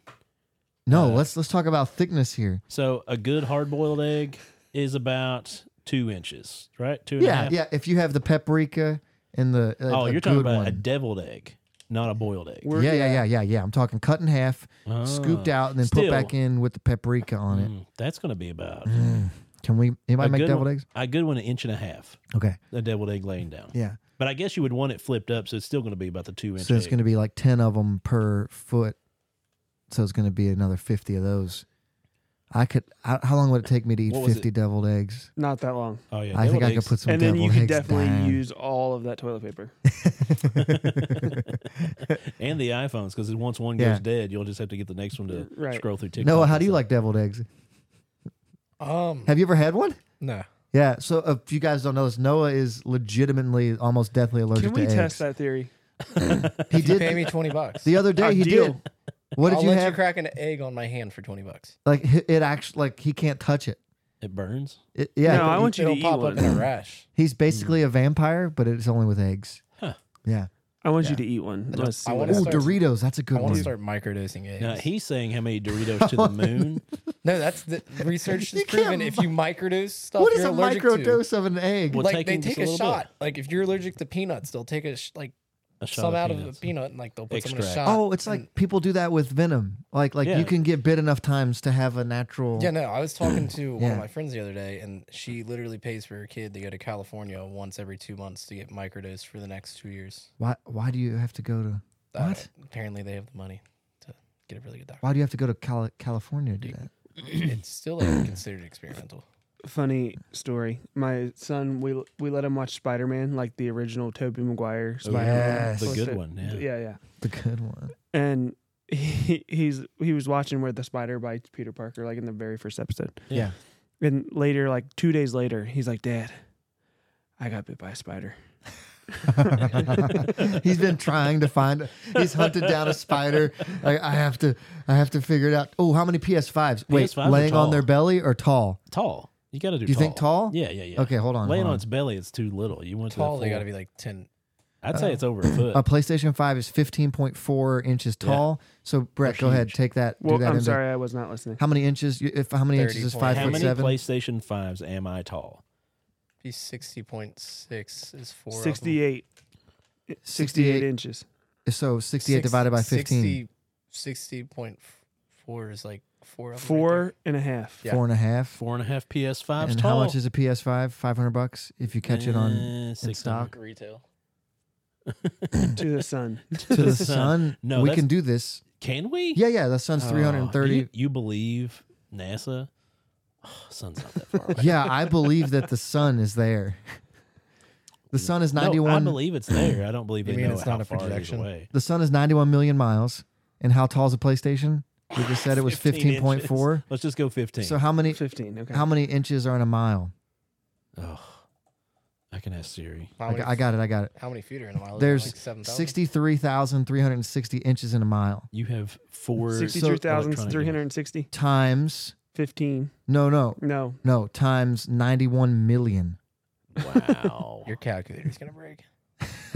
Speaker 2: no.
Speaker 1: Uh,
Speaker 2: let's let's talk about thickness here.
Speaker 1: So a good hard boiled egg is about two inches, right? Two and a
Speaker 2: Yeah,
Speaker 1: half.
Speaker 2: yeah. If you have the paprika and the uh,
Speaker 1: Oh,
Speaker 2: a
Speaker 1: you're talking
Speaker 2: good
Speaker 1: about
Speaker 2: one.
Speaker 1: a deviled egg, not a boiled egg.
Speaker 3: We're-
Speaker 2: yeah, yeah, yeah, yeah, yeah. I'm talking cut in half,
Speaker 1: Ah.
Speaker 2: scooped out, and then put
Speaker 1: Still.
Speaker 2: back in with the paprika on it.
Speaker 1: Mm, that's going to be about
Speaker 2: Can we? Anybody
Speaker 1: A
Speaker 2: Mm, make
Speaker 1: good
Speaker 2: deviled
Speaker 1: one-
Speaker 2: eggs?
Speaker 1: a good one, an inch and a half.
Speaker 2: Okay.
Speaker 1: A deviled egg laying down.
Speaker 2: Yeah.
Speaker 1: But I guess you would want it flipped up, so it's still going to be about the two inch.
Speaker 2: So it's
Speaker 1: egg.
Speaker 2: going to be like ten of them per foot. So it's going to be another fifty of those. I could. How how long would it take me to eat
Speaker 1: What was it?
Speaker 2: fifty deviled eggs?
Speaker 3: Not that long.
Speaker 1: oh yeah,
Speaker 2: I think
Speaker 1: deviled
Speaker 2: I could
Speaker 1: eggs-
Speaker 2: put some.
Speaker 3: and then you
Speaker 2: deviled
Speaker 3: could
Speaker 2: eggs
Speaker 3: definitely
Speaker 2: down.
Speaker 3: use all of that toilet paper.
Speaker 1: and the iPhones because once one
Speaker 2: Yeah.
Speaker 1: goes dead, you'll just have to get the next one to
Speaker 3: Right.
Speaker 1: scroll through TikTok.
Speaker 2: Noah, how
Speaker 1: and
Speaker 2: do you
Speaker 1: stuff.
Speaker 2: like deviled eggs?
Speaker 6: um,
Speaker 2: Have you ever had one?
Speaker 6: no,
Speaker 2: Yeah. So if you guys don't know this, Noah is legitimately almost deathly allergic
Speaker 3: Can we
Speaker 2: to eggs.
Speaker 3: test that theory?
Speaker 2: He
Speaker 6: you pay
Speaker 2: did
Speaker 6: me twenty bucks.
Speaker 2: the other
Speaker 3: Our
Speaker 2: day. He
Speaker 3: deal.
Speaker 2: did. What did
Speaker 6: I'll
Speaker 2: you
Speaker 6: let
Speaker 2: have?
Speaker 6: you crack an egg on my hand for twenty bucks.
Speaker 2: like hi- it actually like he can't touch it.
Speaker 1: It burns.
Speaker 2: It- yeah.
Speaker 3: No, I want you to
Speaker 6: It'll
Speaker 3: eat
Speaker 6: pop up in
Speaker 3: one.
Speaker 6: a rash.
Speaker 2: he's basically a vampire, but it's only with eggs.
Speaker 1: Hmm. Huh.
Speaker 2: Yeah.
Speaker 3: I want
Speaker 6: Yeah.
Speaker 3: you to eat one.
Speaker 6: don't-
Speaker 3: Let's see
Speaker 6: I
Speaker 3: what
Speaker 6: wanna
Speaker 2: Oh,
Speaker 3: happens.
Speaker 6: start-
Speaker 2: Doritos. That's a good
Speaker 6: I want
Speaker 2: one.
Speaker 6: to start microdosing eggs.
Speaker 1: Now he's saying how many Doritos to the moon.
Speaker 6: no, that's the research
Speaker 2: You
Speaker 6: has
Speaker 2: can't
Speaker 6: proven if
Speaker 2: mi-
Speaker 6: you microdose stuff,
Speaker 2: what is
Speaker 6: you're
Speaker 2: a
Speaker 6: allergic
Speaker 2: micro
Speaker 6: to.
Speaker 2: dose of an egg?
Speaker 1: Well,
Speaker 6: like
Speaker 1: taking
Speaker 6: they
Speaker 1: just
Speaker 6: take
Speaker 1: a
Speaker 6: a,
Speaker 1: little bit.
Speaker 6: shot. Like if you're allergic to peanuts, they'll take a sh- like
Speaker 1: A shot
Speaker 6: some
Speaker 1: of
Speaker 6: out of
Speaker 1: peanuts.
Speaker 6: a peanut and like they'll put some in a
Speaker 1: Extract.
Speaker 6: shot.
Speaker 2: Oh, it's like people do that with venom. Like, like
Speaker 1: Yeah.
Speaker 2: you can get bit enough times to have a natural.
Speaker 6: Yeah, no, I was talking to one
Speaker 2: Yeah.
Speaker 6: of my friends the other day, and she literally pays for her kid to go to California once every two months to get microdosed for the next two years.
Speaker 2: Why? Why do you have to go to?
Speaker 6: Uh,
Speaker 2: What?
Speaker 6: apparently, they have the money to get a really good doctor.
Speaker 2: Why do you have to go to Cali- California to do that?
Speaker 6: It's still like considered experimental.
Speaker 3: Funny story. My son, we we let him watch Spider Man, like the original Tobey Maguire Spider Man.
Speaker 2: yes.
Speaker 1: The good one, yeah.
Speaker 3: Yeah, yeah.
Speaker 2: The good one.
Speaker 3: And he, he's he was watching where the spider bites Peter Parker, like in the very first episode.
Speaker 2: Yeah.
Speaker 3: And later, like two days later, he's like, Dad, I got bit by a spider.
Speaker 2: he's been trying to find. He's hunted down a spider. I, I have to. I have to figure it out. Oh, how many PS5s? Wait,
Speaker 1: PS5s are
Speaker 2: laying on
Speaker 1: tall.
Speaker 2: their belly or tall?
Speaker 1: Tall. You got to do.
Speaker 2: Do you think tall?
Speaker 1: Yeah, yeah, yeah.
Speaker 2: Okay, hold on.
Speaker 1: Laying
Speaker 2: hold
Speaker 1: on its belly, it's too little. You want
Speaker 6: Tall,
Speaker 1: to
Speaker 6: they got to be like ten.
Speaker 1: I'd say it's over a foot.
Speaker 2: A PlayStation 5 is 15.4 inches tall. So Brett, go ahead, take that. do
Speaker 3: Well,
Speaker 2: that
Speaker 3: I'm
Speaker 2: into-
Speaker 3: sorry, I was not listening.
Speaker 2: How many inches? you- If how many inches is
Speaker 6: 30.8.
Speaker 2: five
Speaker 1: How
Speaker 2: foot
Speaker 1: many
Speaker 2: seven?
Speaker 1: PlayStation fives am I tall?
Speaker 6: Be sixty point six is four. of them.
Speaker 3: 68, 68
Speaker 2: 68.
Speaker 3: inches.
Speaker 2: So 68
Speaker 6: Six-
Speaker 2: divided by 15.
Speaker 6: 60 60.4 is like four. Of them right there.
Speaker 3: Four and a half.
Speaker 6: Yeah.
Speaker 2: Four and a half.
Speaker 1: Four and a half PS fives
Speaker 2: And
Speaker 1: tall.
Speaker 2: how much is a PS5? 500 bucks if you catch it on
Speaker 1: Eh,
Speaker 2: in
Speaker 1: 600.
Speaker 2: stock.
Speaker 6: retail.
Speaker 3: to the sun.
Speaker 2: To the sun.
Speaker 1: No,
Speaker 2: we
Speaker 1: that's-
Speaker 2: can do this.
Speaker 1: Can we?
Speaker 2: Yeah, yeah. The sun's
Speaker 1: Oh, do
Speaker 2: 330.
Speaker 1: You, you believe NASA? Oh, sun's not that far. away.
Speaker 2: yeah, I believe that the sun is there. The sun is
Speaker 1: No,
Speaker 2: 91.
Speaker 1: I believe it's there. I don't believe
Speaker 6: You
Speaker 1: they
Speaker 6: mean
Speaker 1: know
Speaker 6: it's
Speaker 1: how
Speaker 6: not a
Speaker 1: far
Speaker 6: projection?
Speaker 1: it is away.
Speaker 2: the sun is 91 million miles. And how tall is a PlayStation? We just said it was
Speaker 1: 15 inches.
Speaker 2: 15.4.
Speaker 1: Let's just go 15.
Speaker 2: So how many
Speaker 3: 15. Okay.
Speaker 2: how many inches are in a mile?
Speaker 1: oh, I can ask Siri.
Speaker 6: How
Speaker 2: I,
Speaker 6: many,
Speaker 2: got- I got it. I got it.
Speaker 6: how many feet are in a mile? Is it
Speaker 2: There's
Speaker 6: like 7,000?
Speaker 2: 63,360 inches in a mile
Speaker 1: You have four.
Speaker 2: Sixty-
Speaker 3: 62,360.
Speaker 2: times
Speaker 3: 15.
Speaker 2: no no
Speaker 3: No.
Speaker 2: no times 91 million.
Speaker 1: Wow.
Speaker 6: Your calculator's gonna break.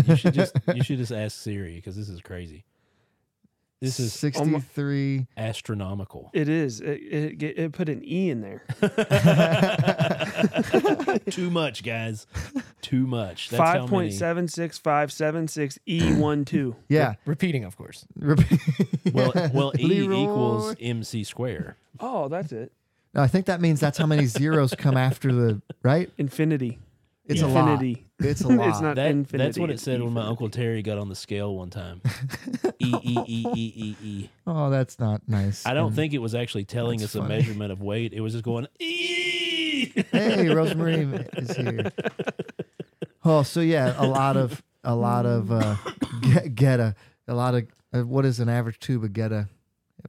Speaker 1: you should just you should just ask Siri because this is crazy. This is
Speaker 2: 63
Speaker 1: astronomical.
Speaker 3: It is. It, it, ge- it put an E in there.
Speaker 1: Too much, guys. Too much. That's how many.
Speaker 3: 5.76576 E12.
Speaker 2: yeah.
Speaker 6: Repeating, of course.
Speaker 2: Repeat.
Speaker 1: Well, well, E
Speaker 2: Leroy.
Speaker 1: equals MC square.
Speaker 3: Oh, that's it.
Speaker 2: No, I think that means that's how many zeros come after the right?
Speaker 3: Infinity.
Speaker 2: It's
Speaker 1: Yeah.
Speaker 2: a lot.
Speaker 3: Infinity.
Speaker 2: It's a
Speaker 3: It's
Speaker 2: lot.
Speaker 3: not-
Speaker 1: That,
Speaker 3: infinity,
Speaker 1: that's what it
Speaker 3: it's
Speaker 1: said when my uncle Terry got on the scale one time. E e e e e e.
Speaker 2: oh, that's not nice. Mm.
Speaker 1: I don't
Speaker 2: And-
Speaker 1: think it was actually telling
Speaker 2: Mm-hmm. That's
Speaker 1: us a
Speaker 2: funny.
Speaker 1: measurement of weight. It was just going e.
Speaker 2: Hey, Rosemary is here. Oh, so yeah, a lot of a lot of uh, get, geta, a lot of uh, what is an average tube of geta?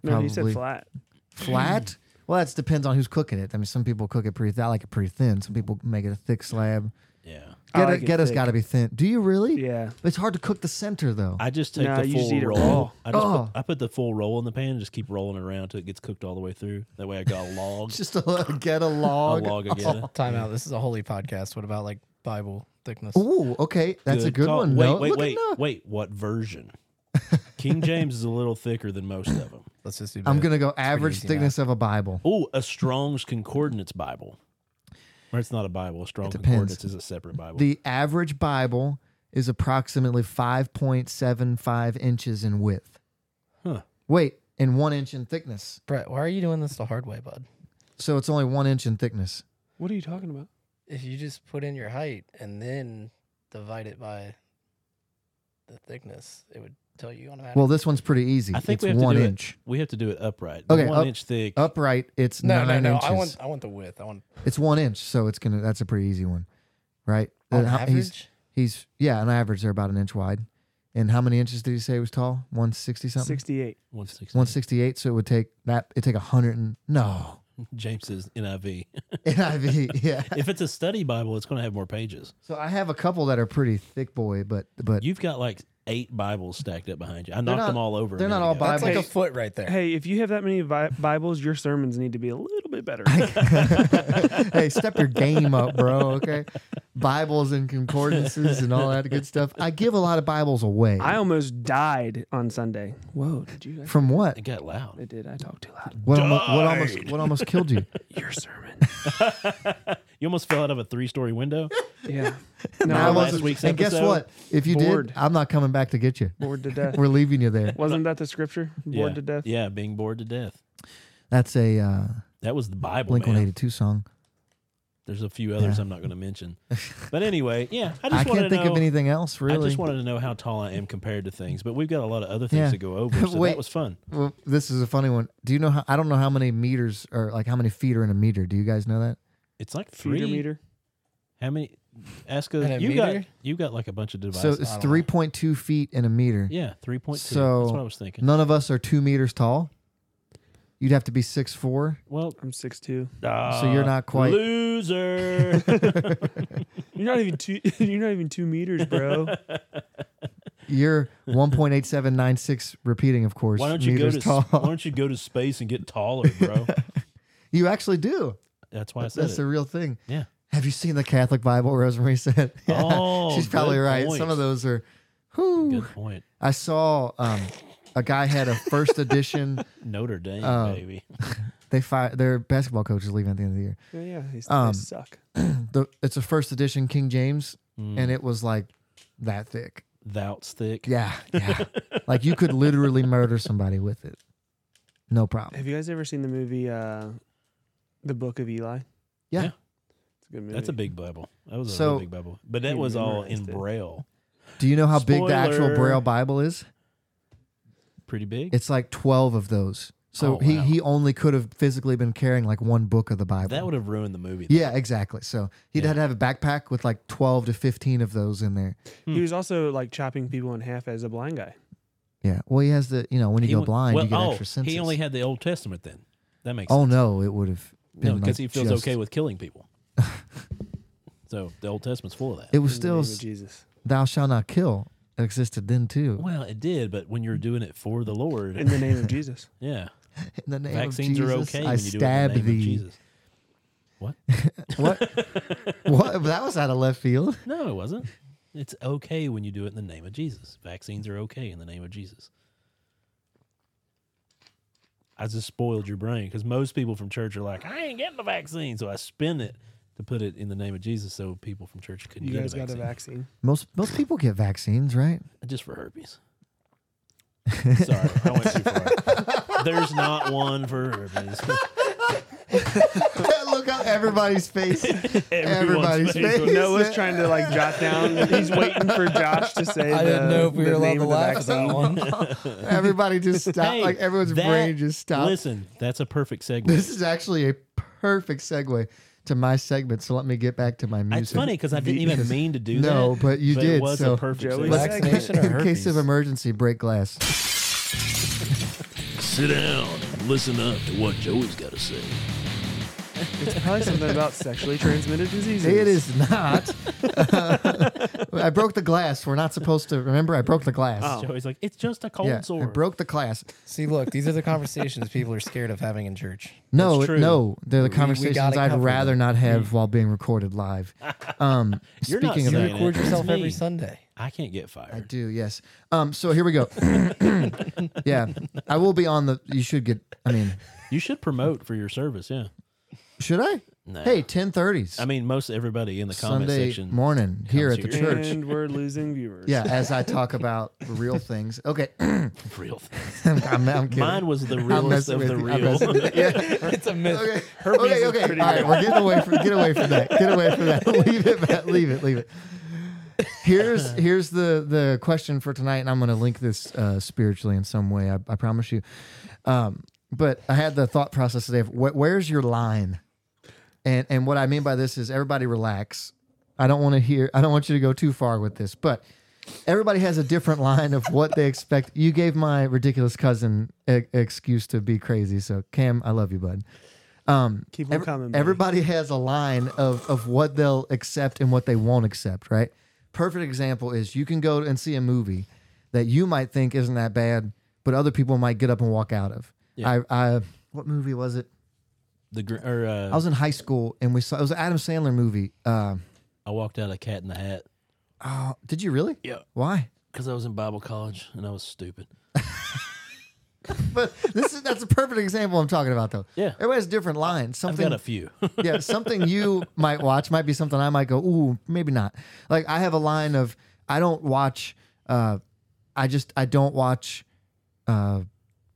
Speaker 3: No, you said flat.
Speaker 2: flat. Well, that depends on who's cooking it. I mean, some people cook it pretty. thin. I like it pretty thin. Some people make it a thick slab.
Speaker 1: Yeah.
Speaker 3: I
Speaker 2: Geta,
Speaker 3: like it
Speaker 2: geta's
Speaker 3: thick.
Speaker 2: got to be thin. Do you really?
Speaker 3: Yeah.
Speaker 2: It's hard to cook the center though.
Speaker 1: I just take
Speaker 3: Nah,
Speaker 1: the
Speaker 3: you just
Speaker 1: full
Speaker 3: eat it
Speaker 1: roll.
Speaker 3: raw.
Speaker 1: I just
Speaker 2: Oh.
Speaker 1: put, I put the full roll in the pan and just keep rolling it around till it gets cooked all the way through. That way I got a log.
Speaker 2: Just a, a geta
Speaker 1: a
Speaker 2: log.
Speaker 1: log again.
Speaker 6: Oh, Time out. This is a holy podcast. What about like Bible thickness?
Speaker 2: Ooh, okay, that's a good
Speaker 1: call.
Speaker 2: one.
Speaker 1: Wait,
Speaker 2: no,
Speaker 1: wait,
Speaker 2: look at
Speaker 1: wait,
Speaker 2: no-
Speaker 1: wait. What version? King James is a little thicker than most of them.
Speaker 6: Let's just do.
Speaker 2: I'm
Speaker 6: both.
Speaker 2: gonna go average
Speaker 6: easy math.
Speaker 2: thickness of a Bible.
Speaker 1: Oh, a Strong's Concordance Bible. Or it's not a Bible. A Strong
Speaker 2: depends.
Speaker 1: Concordance is a separate Bible.
Speaker 2: The average Bible is approximately 5.75 inches in width.
Speaker 1: Huh.
Speaker 2: Wait, and one inch in thickness.
Speaker 6: Brett, why are you doing this the hard way, bud?
Speaker 2: So it's only one inch in thickness.
Speaker 3: What are you talking about?
Speaker 6: If you just put in your height and then divide it by the thickness, it would tell you on
Speaker 2: Well, this one's pretty easy.
Speaker 1: I think
Speaker 2: it's
Speaker 1: we have
Speaker 2: one
Speaker 1: to do
Speaker 2: inch.
Speaker 1: It, we have to do it upright.
Speaker 2: Okay,
Speaker 1: one
Speaker 2: up-
Speaker 1: inch thick.
Speaker 2: Upright, it's
Speaker 6: no, no,
Speaker 2: nine
Speaker 6: no.
Speaker 2: inches.
Speaker 6: I want, I want the width. I want
Speaker 2: It's one inch, so it's gonna. That's a pretty easy one, right?
Speaker 6: on
Speaker 2: And how- Uh, He's,
Speaker 6: average.
Speaker 2: he's yeah, on average they're about an inch wide. And how many inches did he say was tall? One sixty something.
Speaker 3: 68.
Speaker 1: One sixty.
Speaker 2: One sixty eight. So it would take that. It would take a hundred and no
Speaker 1: James says NIV.
Speaker 2: NIV. Yeah.
Speaker 1: if it's a study Bible, it's going to have more pages.
Speaker 2: So I have a couple that are pretty thick boy, but but
Speaker 1: You've got like eight Bibles stacked up behind you. I knocked
Speaker 2: not-
Speaker 1: them all over. a
Speaker 2: they're not
Speaker 1: minute
Speaker 2: all
Speaker 1: ago.
Speaker 2: Bible-
Speaker 6: That's like
Speaker 3: Hey.
Speaker 6: a foot right there.
Speaker 3: Hey, if you have that many vi- Bibles, your sermons need to be a little bit better.
Speaker 2: hey, step your game up, bro. Okay, Bibles and concordances and all that good stuff. I give a lot of Bibles away.
Speaker 3: I almost died on Sunday. Whoa, did you guys?
Speaker 2: From what?
Speaker 1: It got loud.
Speaker 3: I did. I talked too loud.
Speaker 2: What, almo- what almost? What almost killed you?
Speaker 3: Your sermon.
Speaker 1: You almost fell out of a three-story window.
Speaker 3: Yeah. No,
Speaker 2: I
Speaker 3: I
Speaker 1: last
Speaker 2: wasn't-
Speaker 3: wasn't
Speaker 1: week's
Speaker 2: and guess
Speaker 1: episode?
Speaker 2: what? If you
Speaker 3: Bored.
Speaker 2: did, I'm not coming back to get you.
Speaker 3: bored to death.
Speaker 2: We're leaving you there.
Speaker 3: Wasn't that the scripture? Bored
Speaker 1: yeah.
Speaker 3: to death.
Speaker 1: Yeah, being bored to death.
Speaker 2: That's a uh,
Speaker 1: That was the Bible.
Speaker 2: Blink
Speaker 1: Oh, man.
Speaker 2: 182 song.
Speaker 1: There's a few others
Speaker 2: Yeah.
Speaker 1: I'm not going to mention. But anyway, yeah, I
Speaker 2: I,
Speaker 1: just wanted
Speaker 2: can't
Speaker 1: to
Speaker 2: think
Speaker 1: know,
Speaker 2: of anything else really.
Speaker 1: I just wanted to know how tall I am compared to things, but we've got a lot of other things
Speaker 2: Yeah.
Speaker 1: to go over. So
Speaker 2: Wait.
Speaker 1: that was fun.
Speaker 2: well, this is a funny one. Do you know how? I don't know how many meters or like how many feet are in a meter. Do you guys know that?
Speaker 1: It's like three.
Speaker 3: Feeder meter.
Speaker 1: How many? Ask
Speaker 6: And a
Speaker 1: us. You got
Speaker 6: meter?
Speaker 1: you got like a bunch of
Speaker 2: So
Speaker 1: devices.
Speaker 2: it's
Speaker 6: I don't know.
Speaker 2: 3.2 feet in a meter.
Speaker 1: yeah, three point two.
Speaker 2: so-
Speaker 1: That's what I was thinking.
Speaker 2: None of us are two meters tall. You'd have to be six four.
Speaker 1: Well, ah,
Speaker 3: I'm six two.
Speaker 2: So you're not quite-
Speaker 1: loser.
Speaker 3: You're not even two. You're not even two meters, bro.
Speaker 2: You're 1.8796 repeating, of course.
Speaker 1: why don't you go
Speaker 2: meters
Speaker 1: to
Speaker 2: tall.
Speaker 1: why don't you go to space and get taller, bro?
Speaker 2: you actually do.
Speaker 1: That's why I said
Speaker 2: That's
Speaker 1: it.
Speaker 2: the real thing.
Speaker 1: Yeah.
Speaker 2: Have you seen the Catholic Bible? Rosemary said. Yeah.
Speaker 1: Oh,
Speaker 2: she's probably
Speaker 1: good
Speaker 2: right.
Speaker 1: point.
Speaker 2: Some of those are. Whew.
Speaker 1: Good point.
Speaker 2: I saw um, a guy had a first edition.
Speaker 1: Notre Dame,
Speaker 2: Um,
Speaker 1: baby.
Speaker 2: They fired their basketball coach is leaving at the end of the year.
Speaker 3: Yeah, yeah. He's,
Speaker 2: Um,
Speaker 3: they suck.
Speaker 2: The, it's a first edition King James,
Speaker 1: Mm,
Speaker 2: and it was like that thick.
Speaker 1: thou's thick.
Speaker 2: Yeah, yeah. like you could literally murder somebody with it. No problem.
Speaker 3: Have you guys ever seen the movie uh, The Book of Eli?
Speaker 2: Yeah.
Speaker 1: Yeah.
Speaker 3: It's a good movie.
Speaker 1: That's a big Bible. That was a
Speaker 2: So-
Speaker 1: real big Bible. But that
Speaker 3: You
Speaker 1: was all in
Speaker 3: memorized it.
Speaker 1: Braille.
Speaker 2: Do you know how big the actual
Speaker 1: Spoiler.
Speaker 2: Braille Bible is?
Speaker 1: Pretty big.
Speaker 2: It's like 12 of those.
Speaker 1: Oh,
Speaker 2: So he,
Speaker 1: wow.
Speaker 2: he only could have physically been carrying like one book of the Bible.
Speaker 1: that would have ruined the movie.
Speaker 2: yeah, exactly. So he'd
Speaker 1: Yeah.
Speaker 2: had to have a backpack with like 12 to 15 of those in there.
Speaker 1: Hmm.
Speaker 3: He was also like chopping people in half as a blind guy.
Speaker 2: Yeah. Well, he has the, you know, when you
Speaker 1: He
Speaker 2: go
Speaker 1: went-
Speaker 2: blind,
Speaker 1: well,
Speaker 2: you get
Speaker 1: oh,
Speaker 2: extra senses.
Speaker 1: He only had the Old Testament then. That makes
Speaker 2: oh,
Speaker 1: sense.
Speaker 2: no, it would have been.
Speaker 1: no, because
Speaker 2: like
Speaker 1: he feels
Speaker 2: just-
Speaker 1: okay with killing people. so the Old Testament's full of that.
Speaker 2: It was
Speaker 3: in the
Speaker 2: still,
Speaker 3: name
Speaker 2: s-
Speaker 3: of Jesus.
Speaker 2: thou shalt not kill existed then too.
Speaker 1: well, it did, but when you're doing it for the Lord,
Speaker 3: In the name of Jesus.
Speaker 1: yeah,
Speaker 2: In the name
Speaker 1: vaccines
Speaker 2: of
Speaker 1: are
Speaker 2: Jesus,
Speaker 1: okay
Speaker 2: I
Speaker 1: when you do it in
Speaker 2: stab
Speaker 1: the name of
Speaker 2: thee.
Speaker 1: Jesus.
Speaker 2: What? what? That was out of left field.
Speaker 1: No, it wasn't. It's okay when you do it in the name of Jesus. Vaccines are okay in the name of Jesus. I just spoiled your brain because most people from church are like, I ain't getting the vaccine. So I spin it to put it in the name of Jesus so people from church couldn't
Speaker 3: You
Speaker 1: get
Speaker 3: guys
Speaker 1: a
Speaker 3: got a
Speaker 1: vaccine.
Speaker 3: vaccine.
Speaker 2: Most most people get vaccines, right?
Speaker 1: Just for herpes. Sorry, I went too far. There's not one for herpes.
Speaker 2: Look at everybody's face. Everybody's face.
Speaker 1: face.
Speaker 3: Noah's trying to like jot down. He's waiting for Josh to say.
Speaker 6: I
Speaker 3: the,
Speaker 6: didn't know if we
Speaker 3: the
Speaker 6: were allowed
Speaker 3: name
Speaker 6: to
Speaker 3: of the
Speaker 6: laugh at that
Speaker 3: vaccine.
Speaker 6: one.
Speaker 2: Everybody just stopped.
Speaker 1: Hey,
Speaker 2: like everyone's
Speaker 1: that-
Speaker 2: brain just stopped.
Speaker 1: Listen, that's a perfect
Speaker 2: This
Speaker 1: segue.
Speaker 2: is actually a perfect segue to my segment. So let me get back to my music.
Speaker 1: It's funny because I didn't even mean to do that.
Speaker 2: No, but you
Speaker 1: It
Speaker 2: did,
Speaker 1: was
Speaker 2: so-
Speaker 1: a perfect
Speaker 3: Joey
Speaker 1: segue.
Speaker 3: said-
Speaker 6: Vaccination or
Speaker 2: In case of
Speaker 6: herpes?
Speaker 2: emergency, break glass.
Speaker 7: Sit down and listen up to what Joey's got to say.
Speaker 3: It's probably something about sexually transmitted diseases.
Speaker 2: It is not. I broke the glass. We're not supposed to remember. I broke the glass.
Speaker 1: Joey's like, it's just a cold
Speaker 2: yeah, I
Speaker 1: sore.
Speaker 2: broke the glass.
Speaker 6: See, look, these are the conversations people are scared of having in church.
Speaker 2: No,
Speaker 1: That's true.
Speaker 2: no, they're the
Speaker 6: we
Speaker 2: conversations
Speaker 6: gotta
Speaker 2: I'd
Speaker 6: cover
Speaker 2: rather
Speaker 6: them.
Speaker 2: not have while being recorded live. Um,
Speaker 1: Hmm. You're not
Speaker 2: speaking of
Speaker 1: saying
Speaker 2: that,
Speaker 1: it.
Speaker 6: Record
Speaker 1: It's
Speaker 6: yourself
Speaker 1: me.
Speaker 6: every Sunday.
Speaker 1: I can't get fired.
Speaker 2: I do, yes. Um, so here we go. yeah, I will be on the. You should get. I mean,
Speaker 1: You should promote for your service. Yeah.
Speaker 2: should I?
Speaker 1: No.
Speaker 2: Hey, ten thirties.
Speaker 1: I mean, most everybody in the comment
Speaker 2: Sunday
Speaker 1: section.
Speaker 2: morning here at
Speaker 1: comes
Speaker 2: the
Speaker 1: here.
Speaker 2: church.
Speaker 3: And we're losing viewers.
Speaker 2: Yeah, as I talk about real things. Okay, I'm,
Speaker 1: real thing.
Speaker 2: I'm, I'm kidding.
Speaker 1: Mine was the
Speaker 2: I'm
Speaker 1: realest
Speaker 2: messing
Speaker 1: of
Speaker 2: with
Speaker 1: the
Speaker 2: you. I'm
Speaker 1: real.
Speaker 2: messing with you. Yeah.
Speaker 6: It's a myth.
Speaker 2: Okay.
Speaker 1: Herpes
Speaker 2: okay.
Speaker 1: is
Speaker 2: Okay. All
Speaker 1: pretty
Speaker 2: right.
Speaker 1: real.
Speaker 2: We're getting away from get away from that. Get away from that. leave it. Matt. Leave it. Leave it. Here's here's the the question for tonight, and I'm going to link this uh, spiritually in some way. I, I promise you. Um, but I had the thought process today of wh- where's your line, and and what I mean by this is everybody relax. I don't want to hear. I don't want you to go too far with this, but everybody has a different line of what they expect. You gave my ridiculous cousin e- excuse to be crazy, so Cam, I love you, bud. Um,
Speaker 3: Keep 'em
Speaker 2: every-
Speaker 3: coming, buddy.
Speaker 2: Everybody has a line of of what they'll accept and what they won't accept. Right? Perfect example is you can go and see a movie that you might think isn't that bad, but other people might get up and walk out of. I, I what movie was it?
Speaker 1: The gr- or uh,
Speaker 2: I was in high school and we saw it was an Adam Sandler movie. Um,
Speaker 1: I walked out of Cat in the Hat
Speaker 2: oh, did you really?
Speaker 1: Yeah.
Speaker 2: Why?
Speaker 1: because I was in Bible college and I was stupid.
Speaker 2: but this is that's a perfect example I'm talking about though.
Speaker 1: Yeah.
Speaker 2: Everybody has different lines.
Speaker 1: I've
Speaker 2: Something
Speaker 1: got a few.
Speaker 2: yeah, something you might watch might be something I might go, ooh, maybe not. Like I have a line of I don't watch uh I just I don't watch uh